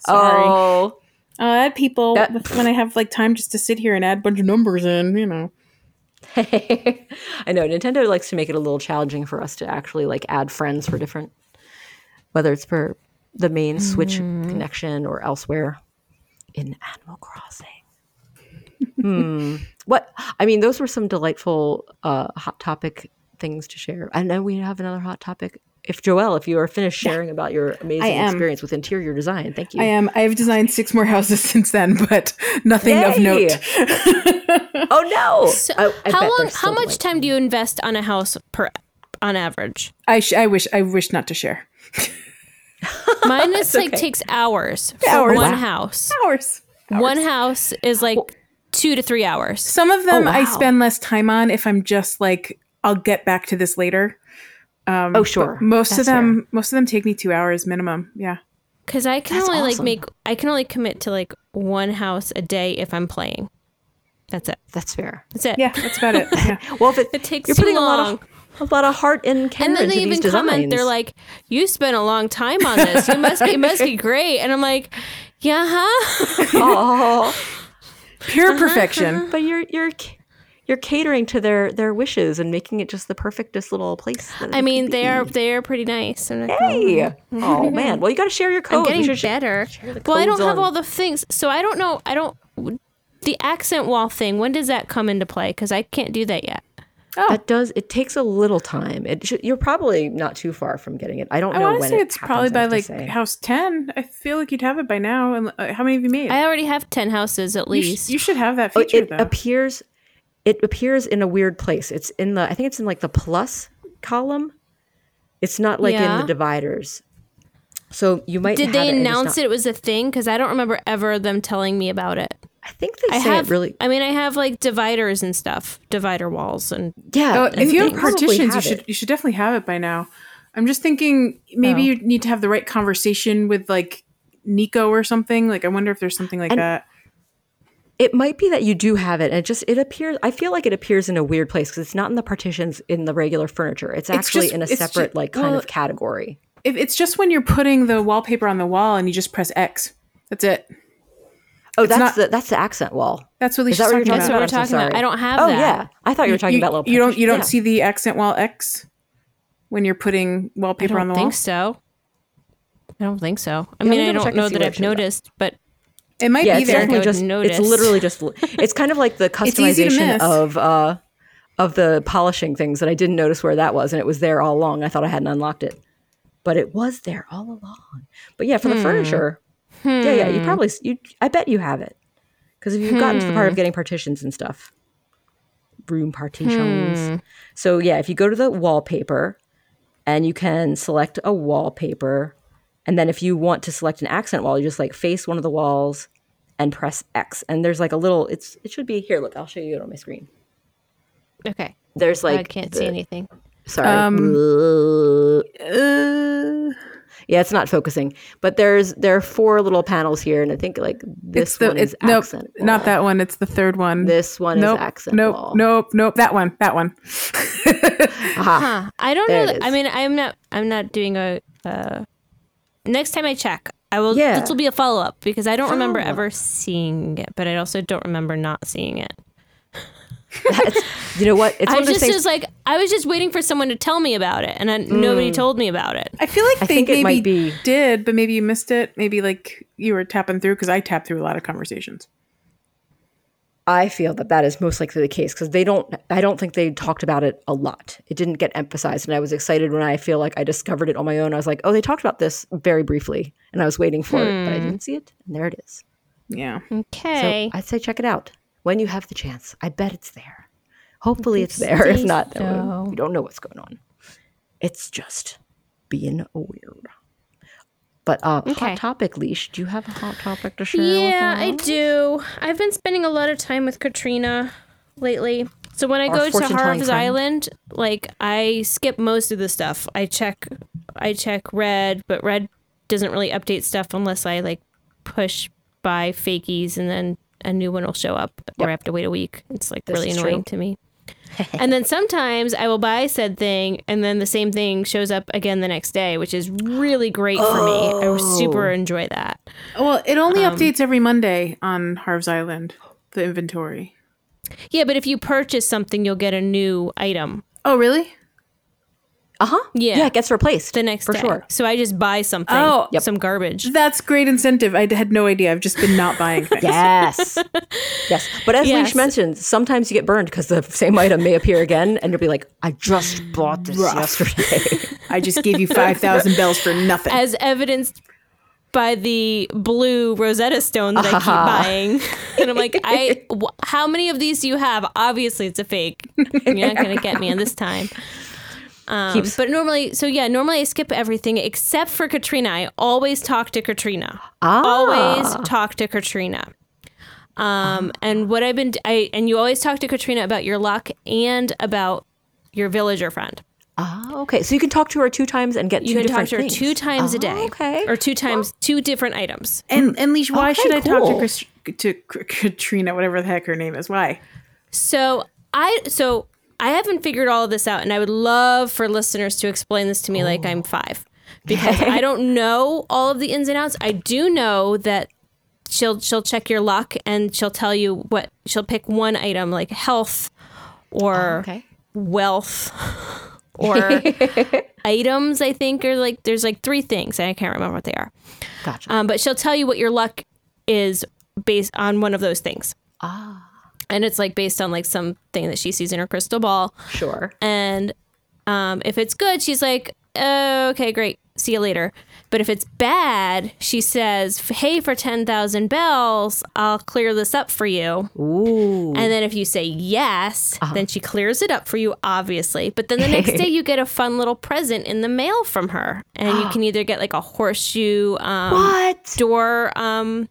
S1: Oh,
S3: I'll add people
S1: That-
S3: with- when I have like time just to sit here and add a bunch of numbers in, you know.
S1: I know Nintendo likes to make it a little challenging for us to actually like add friends for different, whether it's for the main Switch
S3: Mm-hmm.
S1: connection or elsewhere in Animal
S3: [LAUGHS]
S1: Crossing. hmm. What I mean, those were some delightful uh, hot topic things to share. And then we have another hot topic. If Joelle, if you are finished sharing about your amazing
S3: am.
S1: experience with interior design, thank you.
S3: I am. I have designed six more houses [LAUGHS] since then, but nothing of
S1: Yay! [LAUGHS]
S3: note.
S1: Oh no!
S2: So
S1: I- I bet
S2: how
S1: they're
S2: long?
S1: still
S2: How much
S1: delightful.
S2: time do you invest on a house per
S1: [LAUGHS]
S2: on average.
S3: I sh- I wish I wish not to share
S2: Mine is like takes hours for
S3: Hours.
S2: one
S1: Wow.
S2: house.
S3: hours.
S2: One house is like two to three hours.
S3: Some of them
S1: Oh,
S3: I
S1: wow.
S3: spend less time on if I'm just like I'll get back to this later.
S1: oh, sure.
S3: Most of
S1: That's fair.
S3: them most of them take me 2 hours minimum. Yeah.
S2: Because I can
S1: That's
S2: only like
S1: awesome.
S2: make I can only commit to like one house a day if I'm playing. That's it.
S1: That's fair.
S2: That's it.
S3: Yeah, that's about it.
S1: [LAUGHS]
S3: Yeah.
S1: Well, if it,
S2: It takes
S1: you're
S2: too
S1: putting a
S2: long.
S1: lot of a lot of heart and care
S2: And then
S1: into
S2: they
S1: these
S2: even
S1: designs.
S2: comment. They're like, "You spent a long time on this. You must. It
S1: [LAUGHS]
S2: must be great." And I'm like, "Yeah, huh?
S1: oh,
S3: Pure perfection.
S1: but you're you're c- you're catering to their their wishes and making it just the perfectest little place. That
S2: I
S1: it
S2: mean,
S1: could
S2: they
S1: be.
S2: are they are pretty nice. I'm not gonna
S1: Hey. Oh man. Well, you got to share your code.
S2: I'm
S1: You
S2: getting
S1: should sh-
S2: better. Well, I don't
S1: codes
S2: have
S1: on-
S2: all the things, so I don't know. I don't the accent wall thing. When does that come into play? Because I can't do that yet.
S1: That does. It takes a little time. It should, you're probably not too far from getting it. I don't
S3: I
S1: know
S3: want
S1: when
S3: to say
S1: it
S3: it's
S1: happens,
S3: probably
S1: I
S3: by
S1: have to
S3: like
S1: say.
S3: house 10. I feel like you'd have it by now. And uh, how many have you made?
S2: I already have ten houses at
S3: you, sh-
S2: least.
S3: you should have that
S1: Oh,
S3: feature
S1: it
S3: though.
S1: appears. It appears in a weird place. It's in the. I think it's in like the plus column. It's not like in
S2: Yeah.
S1: the dividers. So you might.
S2: Did
S1: have
S2: they
S1: it and it's
S2: announce
S1: not-
S2: it was a thing? Because I don't remember ever them telling me about it.
S1: I think they
S2: I
S1: say
S2: have
S1: it really.
S2: I mean, I have like dividers and stuff, divider walls, and
S1: Yeah.
S3: Oh,
S1: and
S3: if you
S1: they
S3: have
S1: probably
S3: partitions, you
S1: have
S3: should
S1: it.
S3: you should definitely have it by now. I'm just thinking maybe
S1: Oh.
S3: you need to have the right conversation with like Nico or something. Like I wonder if there's something like
S1: And-
S3: that.
S1: It might be that you do have it, and it just it appears. I feel like it appears in a weird place because it's not in the partitions in the regular furniture. It's actually
S3: just-
S1: in a
S3: it's ju-
S1: separate like kind
S3: well-
S1: of category.
S3: If it's just when you're putting the wallpaper on the wall and you just press X. That's it.
S1: Oh, that's
S3: not-
S1: the that's the accent wall.
S3: That's what
S1: Is that
S3: Alicia's
S1: what you're
S3: talking
S1: talking
S3: about.
S2: what
S1: about?
S2: we're
S1: I'm so
S2: talking about.
S1: sorry.
S2: I don't have
S1: Oh
S2: that.
S1: yeah, I thought you were talking
S3: you,
S1: about little.
S3: you don't you don't
S1: partitions.
S3: see the accent wall X when you're putting
S2: I
S3: wallpaper
S2: don't
S3: on the
S2: think
S3: wall.
S2: so. I don't think so. I
S1: Yeah, let
S2: mean,
S1: me
S2: I
S1: double check
S2: don't
S1: and
S2: know
S1: see
S2: that
S1: what
S2: I've
S1: she's got.
S2: noticed, but
S3: It might
S1: yeah,
S3: be
S1: it's
S3: there.
S1: definitely
S2: definitely would
S1: just
S2: notice.
S1: it's literally just it's kind of
S3: [LAUGHS]
S1: like the
S3: easy to
S1: customization
S3: miss.
S1: of uh of the polishing things that I didn't notice where that was and it was there all along. I thought I hadn't unlocked it. But it was there all along. But yeah, for the furniture. Yeah, yeah, you probably s- you I bet you have it. Cuz if you've gotten to the part of getting partitions and stuff. Room partitions. So yeah, if you go to the wallpaper and you can select a wallpaper and then if you want to select an accent wall, you just like face one of the walls and press X. And there's like a little it's it should be here, look, I'll show you it on my screen.
S2: okay.
S1: There's like
S2: I can't
S1: the-
S2: see anything.
S1: Sorry.
S3: Um, uh,
S1: yeah, it's not focusing. But there's there are four little panels here and I think like this
S3: It's the
S1: one
S3: it's
S1: is
S3: nope,
S1: accent.
S3: not
S1: wall.
S3: that one. It's the third one.
S1: This one
S3: nope,
S1: is accent
S3: Nope,
S1: wall.
S3: nope, nope. That one. That one.
S1: Aha.
S2: Huh. I don't
S1: There
S2: know.
S1: it
S2: that- I
S1: is.
S2: mean, I'm not. I'm not doing a. Uh, next time I check, I will.
S1: Yeah.
S2: This will be a follow up because I don't remember ever seeing it, but I also don't remember not seeing it.
S1: You know what? It's
S2: I
S1: one of
S2: just
S1: those things. Mm.
S2: was like, I was just waiting for someone to tell me about it, and I, nobody told me about it.
S3: I feel like they
S1: think
S3: maybe
S1: it might be-
S3: did, but maybe you missed it. Maybe like you were tapping through because I tap through a lot of conversations.
S1: I feel that that is most likely the case because they don't. I don't think they talked about it a lot. It didn't get emphasized, and I was excited when I feel like I discovered it on my own. I was like, "Oh, they talked about this very briefly," and I was waiting for it, but
S2: Hmm.
S1: I didn't see it, and there it is.
S3: Yeah,
S2: Okay.
S1: So I'd say check it out when you have the chance. I bet it's there. Hopefully, it's there. If
S2: say
S1: not, then
S2: so.
S1: we- we don't know what's going on. It's just being weird. But uh,
S2: Okay.
S1: hot topic leash. Do you have a hot topic to share? with
S2: Yeah, I
S1: all?
S2: do. I've been spending a lot of time with Katrina lately. So when I
S1: Our
S2: go to
S1: fortune-telling
S2: Harv's
S1: friend.
S2: Island, like I skip most of the stuff. I check I check Red, but Red doesn't really update stuff unless I like push by fakies and then a new one will show up or I have to wait a week. It's like really
S1: is
S2: annoying
S1: true. [LAUGHS]
S2: to me. and then sometimes I will buy said thing and then the same thing shows up again the next day, which is really great for me.
S1: Oh.
S2: I super enjoy that.
S3: Well, it only
S1: Um,
S3: updates every Monday on Harv's Island, the inventory.
S2: Yeah, but if you purchase something, you'll get a new item
S3: Oh, really?
S1: Uh huh.
S2: Yeah.
S1: Yeah, it gets replaced [LAUGHS]
S2: the next
S1: for
S2: day.
S1: sure.
S2: So I just buy something,
S3: Oh. Yep.
S2: some garbage.
S3: That's great incentive. I had no idea. I've just been not buying things.
S1: Yes. yes. But as
S2: Yes.
S1: Leash mentioned, sometimes you get burned because the same item may appear again and you'll be like, I just bought this yesterday.
S3: I just gave you five thousand bells for nothing.
S2: As evidenced by the blue Rosetta Stone that I keep buying. [LAUGHS] And I'm like,
S1: [LAUGHS]
S2: I, wh- [LAUGHS] how many of these do you have? Obviously, it's a fake. You're not going to get me on this time. Um,
S1: Keeps-
S2: but normally, so yeah, normally I skip everything except for Katrina. I always talk to Katrina.
S1: Ah.
S2: Always talk to Katrina. Um, and what I've been, I and you always talk to Katrina about your luck and about your villager friend.
S1: Ah, [LAUGHS] okay. So you can talk to her two times and get
S2: You
S1: two
S2: can talk
S1: different
S2: to her
S1: things.
S2: two times a
S1: Ah,
S2: day,
S1: okay.
S2: or two times two different items.
S3: And and Leash, why
S1: Okay,
S3: should I talk to
S1: cool.
S3: Chris, to K- Katrina, whatever the heck her name is? Why?
S2: So I so I haven't figured all of this out, and I would love for listeners to explain this to me like I'm five because I
S1: [LAUGHS]
S2: don't know all of the ins and outs. I do know that she'll she'll check your luck and she'll tell you what she'll pick one item like health or
S1: Oh, okay. [LAUGHS]
S2: wealth or items. I think are like there's like three things, and I can't remember what they are.
S1: Gotcha.
S2: Um, but she'll tell you what your luck is based on one of those things. Ah. And it's like based on like something that she sees in her crystal ball.
S1: sure.
S2: And um, if it's good, she's like, oh, okay, great. See you later. But if it's bad, she says, hey, for 10,000 bells, I'll clear this up for you.
S1: Ooh. Uh-huh.
S2: And then if you say yes, then she clears it up for you, obviously.
S1: [LAUGHS]
S2: But then the next day, you get a fun little present in the mail from her. And
S1: [GASPS]
S2: you can either get like a horseshoe. Um,
S1: What?
S2: door um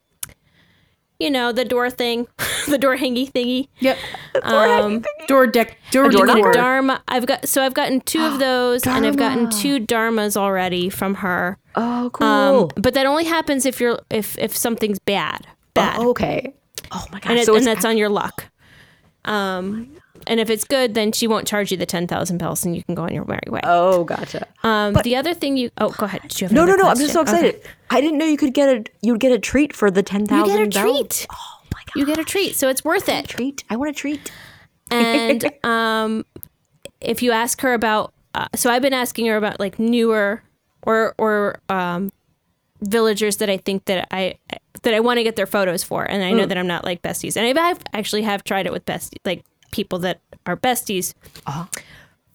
S2: you know the door thing [LAUGHS] the door hangy thingy
S3: Yep.
S2: um
S3: Door deck. Door
S1: door
S3: decor.
S1: knocker?
S2: dharma i've got so i've gotten two
S1: [GASPS]
S2: of those and i've gotten
S1: Dharma.
S2: two dharmas already from her
S1: Oh, cool.
S2: um but that only happens if you're if if something's bad bad
S1: Oh, okay. Oh my gosh.
S2: and, it,
S1: so
S2: and
S1: it's
S2: that's on your luck um and if it's good then she won't charge you the 10000 bells and you can go on your merry way
S1: Oh, gotcha.
S2: um the other thing you oh go ahead Did you have
S1: No, no,
S2: another
S1: no! I'm just so
S2: question? Okay.
S1: excited. I didn't know you could get a you'd get a treat for the ten
S2: you
S1: thousand.
S2: get a treat you get a treat so it's
S1: [LAUGHS]
S2: worth it
S1: Treat. I want a treat.
S2: and um, if you ask her about, uh, so I've been asking her about like newer or or um, villagers that I think that I that I want to get their photos for, and I know that I'm not like besties, and I've, I've actually have tried it with besties, like people that are besties.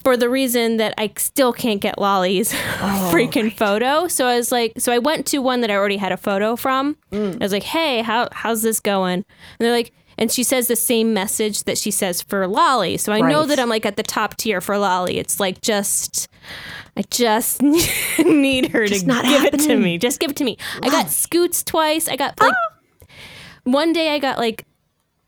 S2: For the reason that I still can't get Lolly's [LAUGHS] freaking photo, so I was like, so I went to one that I already had a photo from. I was like, hey, how how's this going? And they're like, and she says the same message that she says for Lolly. So I know
S1: Right.
S2: that I'm like at the top tier for Lolly. It's like just I just [LAUGHS] need her
S1: Just
S2: to
S1: not
S2: give it to
S1: happening. Ah.
S2: me. Just give it to me. I got scoots twice. I got like one day I got like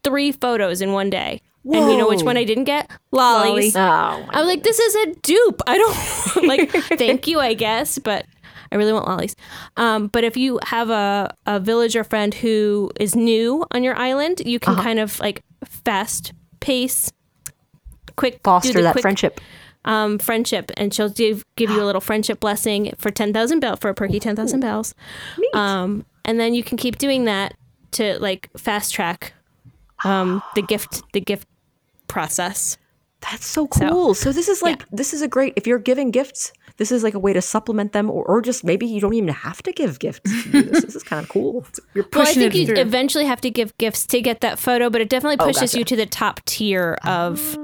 S2: three photos in one day. And you know which
S1: Whoa.
S2: one I didn't get? Lolly's.
S1: Oh,
S2: I was like, this is a dupe.
S1: [LAUGHS]
S2: I don't [LAUGHS] like thank you, I guess, but I really want lollies. Um, but if you have a, a villager friend who is new on your island, you
S1: Uh-huh.
S2: can kind of like fast pace, quick do
S1: foster
S2: the
S1: that
S2: quick,
S1: friendship.
S2: um, friendship, and she'll give give you a little friendship blessing for ten thousand bell for a perky ten thousand bells. Um, and then you can keep doing that to like fast track um, the gift the gift process.
S1: That's so cool. So, this is like this is a great if you're giving gifts, this is like a way to supplement them or, or just maybe you don't even have to give gifts. to do this. this is
S2: [LAUGHS]
S1: kind of cool.
S3: You're
S2: Well, I
S3: pushing
S2: think
S3: it
S2: you
S3: through. Oh,
S2: eventually have to give gifts to get that photo, but it definitely pushes
S1: gotcha.
S2: you to the top tier of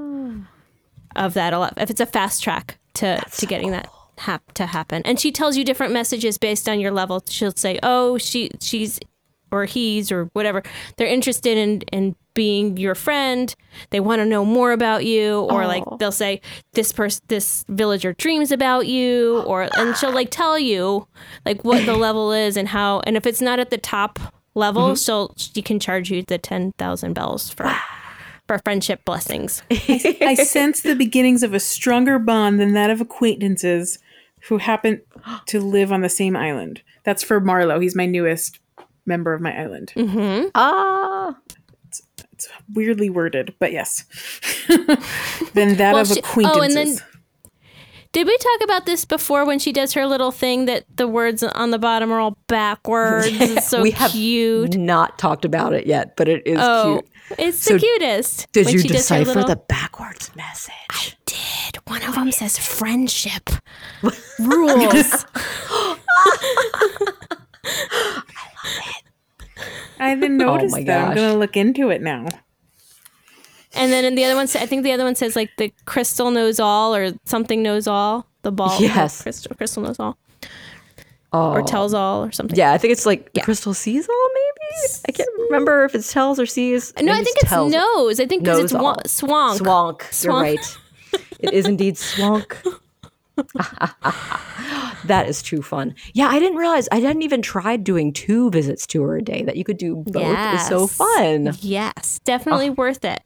S2: of that a lot. If it's a fast track to to getting that hap- to happen, and she tells you different messages based on your level. She'll say, "Oh, she she's or he's or whatever. They're interested in in being your friend. They want to know more about you, or like they'll say this person this villager dreams about you, or and she'll like tell you like what the level is and how and if it's not at the top level, she'll she can charge you the ten thousand bells for. For friendship blessings.
S3: I sense the beginnings of a stronger bond than that of acquaintances who happen to live on the same island. That's for Marlowe. He's my newest member of my island.
S2: Mm-hmm.
S1: Ah,
S3: It's weirdly worded, but yes. [LAUGHS] than that
S2: Well,
S3: of
S2: she- oh, and
S3: acquaintances.
S2: then- Did we talk about this before when she does her little thing that the words on the bottom are all
S1: [LAUGHS]
S2: backwards? It's so
S1: we have
S2: cute.
S1: not talked about it yet, but it is
S2: Oh,
S1: cute.
S2: it's
S1: So
S2: the cutest.
S1: Did
S2: When
S1: you
S2: she does her
S1: decipher
S2: little-
S1: the backwards message?
S2: Did one of them says friendship
S1: [LAUGHS]
S2: rules?
S3: I didn't notice
S1: Oh my
S3: that. I'm
S1: gosh.
S3: going to look into it now.
S2: and then in the other one, sa- I think the other one says like the crystal knows all or something knows all. The ball,
S1: Yes. Oh.
S2: crystal, crystal knows all, or tells all or something.
S1: Yeah, I think it's like the crystal sees all. Maybe I can't remember if it's tells or sees.
S2: No, I think it's
S1: tells.
S2: nose. I think because it's
S1: Knows
S2: wa-
S1: all.
S2: swank.
S1: Swank. You're
S2: Swank. [LAUGHS]
S1: right. It is indeed swank. [LAUGHS] That is too fun. Yeah, I didn't realize I hadn't even tried doing two visits to her a day. That you could do both is so
S2: Yes.
S1: fun.
S2: Yes,
S1: Ah.
S2: definitely worth it.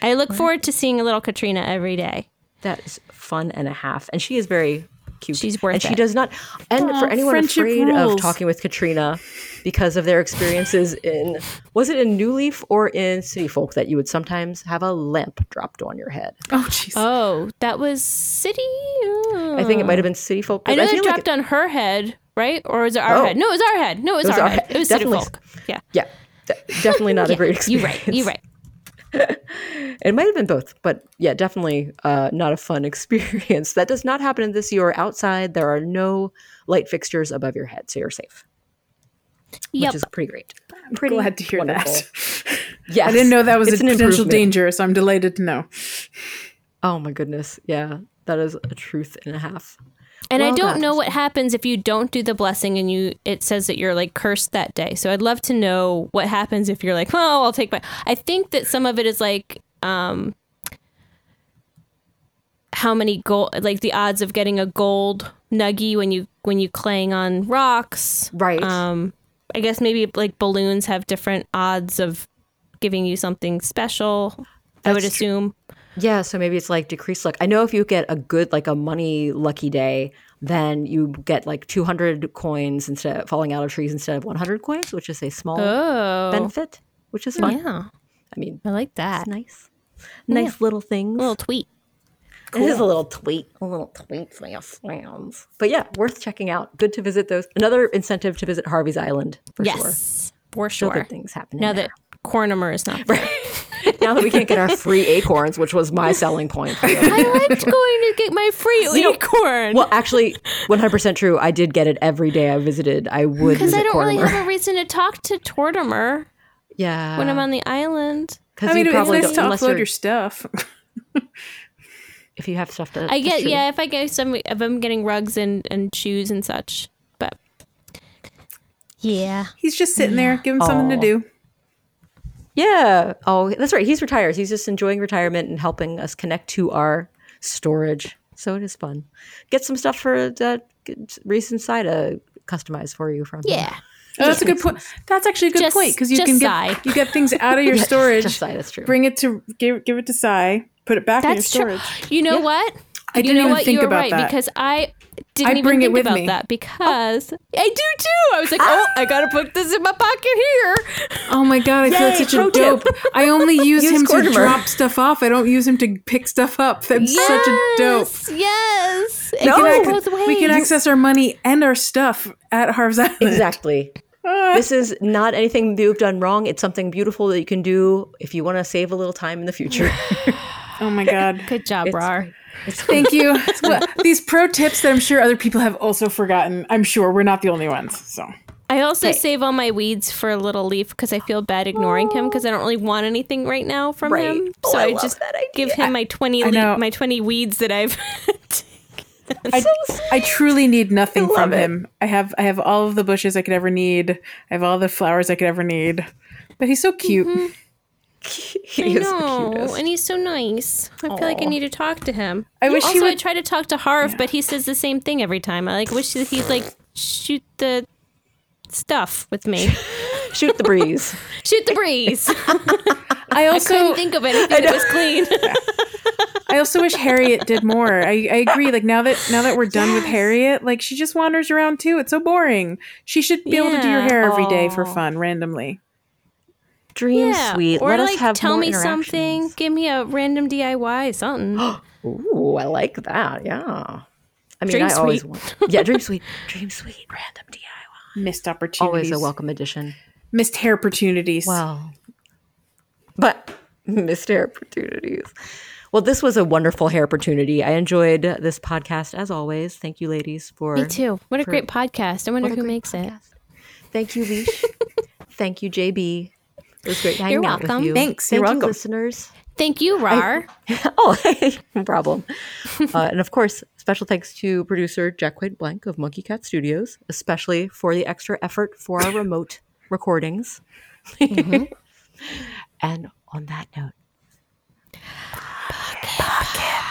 S2: I look forward to seeing a little Katrina every day.
S1: That is fun and a half. And she is very cute.
S2: She's worth
S1: and she
S2: it. Uh,
S1: does not. And for
S3: Aw,
S1: anyone
S3: friendship
S1: afraid of
S3: rules.
S1: talking with Katrina because of their experiences in was it in New Leaf or in City Folk that you would sometimes have a lamp dropped on your head.
S3: Oh, jeez.
S2: Oh, that was City.
S1: I think it might have been City Folk.
S2: I
S1: but
S2: know that
S1: feel like
S2: dropped on her head, right? Or is it our
S1: Oh.
S2: head? No, it was our head. No, it was,
S1: was
S2: our,
S1: our
S2: head.
S1: head.
S2: It was City
S1: Definitely. [LAUGHS]
S2: Folk. Yeah.
S1: it- yeah, de- definitely
S2: [LAUGHS]
S1: not a great
S2: You're
S1: experience. [LAUGHS]
S2: right. You're right.
S1: It might have been both, but yeah, definitely uh, not a fun [LAUGHS] experience. That does not happen in this year. Outside, there are no light fixtures above your head, so you're safe,
S2: Yep.
S1: which is pretty great.
S3: I'm glad to hear that.
S1: Yes.
S3: I didn't know that was
S1: It's
S3: a
S1: an
S3: potential
S1: improvement.
S3: danger, so I'm delighted to know.
S1: Oh my goodness. Yeah. That is a truth and a half.
S2: and I
S1: Well,
S2: don't
S1: God.
S2: know what happens if you don't do the blessing and you it says that you're like cursed that day. So I'd love to know what happens if you're like, oh, I'll take my. I think that some of it is like um how many gold, like the odds of getting a gold nuggie when you when you clang on rocks.
S1: Right.
S2: Um, I guess maybe like balloons have different odds of giving you something special. I would
S1: That's tr-
S2: assume.
S1: yeah. So maybe it's like decreased luck. I know if you get a good, like a money lucky day, then you get like 200 coins instead of falling out of trees instead of 100 coins, which is a small
S2: Oh,
S1: benefit, which is fun.
S2: yeah,
S1: I mean,
S2: I like that.
S1: it's nice. Nice little things.
S2: Little tweet.
S1: It is a little tweet, a little tweet for your friends. But yeah, worth checking out. Good to visit those. Another incentive to visit Harvey's Island for sure.
S2: yes, for
S1: Still
S2: sure.
S1: good things happening.
S2: Now
S1: there.
S2: that Cornimer is [LAUGHS] not, there.
S1: now that we can't get our free acorns, which was my selling
S2: [LAUGHS]
S1: point.
S2: I liked going to get my [LAUGHS] free acorn
S1: Well, actually, 100% true. I did get it every day I visited. I would
S2: because
S1: visit
S2: I don't really [LAUGHS]
S1: Cortimer.
S2: have a reason to talk to Tortimer
S1: yeah.
S2: when I'm on the island.
S1: Because
S3: I mean,
S1: you
S3: it's
S1: probably
S3: nice to
S1: don't, unless
S3: upload
S1: you're,
S3: your stuff.
S1: if you have stuff to.
S2: I
S1: that's
S2: get
S1: true.
S2: yeah, if I get some, if I'm getting rugs and and shoes and such, but yeah.
S3: He's just sitting there. Give him something
S1: Aw.
S3: to do. Oh,
S1: Yeah. Oh, that's right. He's retired. He's just enjoying retirement and helping us connect to our storage. So it is fun. Get some stuff for that recent side to customize for you from. him.
S2: Yeah.
S3: Oh, that's a good point. That's actually a good
S2: Just-
S3: point because you
S2: just
S3: can
S2: sigh.
S3: get you get things out of your storage,
S1: Just side. That's true.
S3: bring it to give give it to Sai, put it back
S2: That's
S3: in your
S2: true.
S3: storage.
S2: You know what?
S3: I
S2: you
S3: didn't
S2: know
S3: even
S2: what?
S3: think
S2: You're
S3: about
S2: right
S3: that.
S2: because I didn't
S3: I
S2: even
S3: bring it
S2: think
S3: with
S2: about
S3: me. Oh.
S2: that because I do too. I was like, oh, I gotta put this in my pocket here.
S3: oh my god, I feel
S1: Yay,
S3: like such
S1: pro
S3: a
S1: tip.
S3: dope. I only use,
S1: Use
S3: him
S1: Gordimer.
S3: to drop stuff off. I don't use him to pick stuff up. That's such a dope.
S2: Yes, Yes. It
S1: No.
S2: goes
S1: We
S2: both ways.
S3: We can access our money and our stuff at Harv's Island.
S1: [LAUGHS] Exactly. this is not anything that you've done wrong. It's something beautiful that you can do if you want to save a little time in the [LAUGHS] future.
S3: Oh my god.
S2: [LAUGHS] Good job, Rar.
S3: Thank you. Well, these pro tips that I'm sure other people have also forgotten. I'm sure we're not the only ones. So
S2: I also save all my weeds for Little Leaf because I feel bad ignoring him because I don't really want anything right now from
S1: Right.
S2: him.
S1: Oh,
S2: So
S1: I
S2: I,
S1: love
S2: just
S1: that idea.
S2: give him my twenty
S3: know.
S2: le- my twenty weeds that I've. [LAUGHS]
S3: I, I truly need nothing from
S1: it.
S3: him. I have I have all of the bushes I could ever need. I have all the flowers I could ever need. But he's so cute.
S1: he is the
S2: no,
S1: cutest.
S2: and he's so nice. I feel like I need to talk to him.
S3: I wish
S2: also,
S3: he
S2: I
S3: would-
S2: try to talk to Harv, but he says the same thing every time. I like wish that he'd like shoot the stuff with me,
S1: [LAUGHS] Shoot the breeze.
S2: [LAUGHS] shoot
S1: [LAUGHS]
S2: the breeze.
S3: I also
S2: Couldn't think of anything that was clean.
S3: I also wish Harriet did more. I, I agree. Like now that now that we're done with Harriet, like she just wanders around too. It's so boring. She should be able to do your
S2: Yeah.
S3: hair every day for fun, randomly.
S1: Dream sweet.
S2: or
S1: Let
S2: like
S1: us have
S2: tell
S1: more
S2: me something. Give me a random
S1: [GASPS]
S2: DIY something.
S1: Ooh, I like that. Yeah. I mean,
S2: Dream
S1: I always
S2: sweet.
S1: want. Yeah, [LAUGHS] dream sweet. Dream sweet. Random DIY.
S3: Missed opportunities.
S1: Always a welcome addition.
S3: Missed hair opportunities.
S1: Wow. But [LAUGHS] missed hair opportunities. Well, this was a wonderful hair opportunity. I enjoyed this podcast as always. Thank you, ladies, for
S2: Me too. What a great podcast. I wonder who makes it.
S1: Thank you, [LAUGHS] Leash. Thank you, JB. It was great hanging
S2: You're
S1: out with
S2: welcome.
S1: you.
S3: Thanks.
S1: Thank
S3: You're
S1: you,
S3: welcome.
S1: listeners.
S2: Thank you, Rar.
S1: Oh, [LAUGHS] no [LAUGHS] problem. Uh, and of course, special thanks to producer Jack White Blank of Monkey Cat Studios, especially for the extra effort for our [LAUGHS] remote recordings. Mm-hmm. [LAUGHS] and on that note, Pocket, pocket,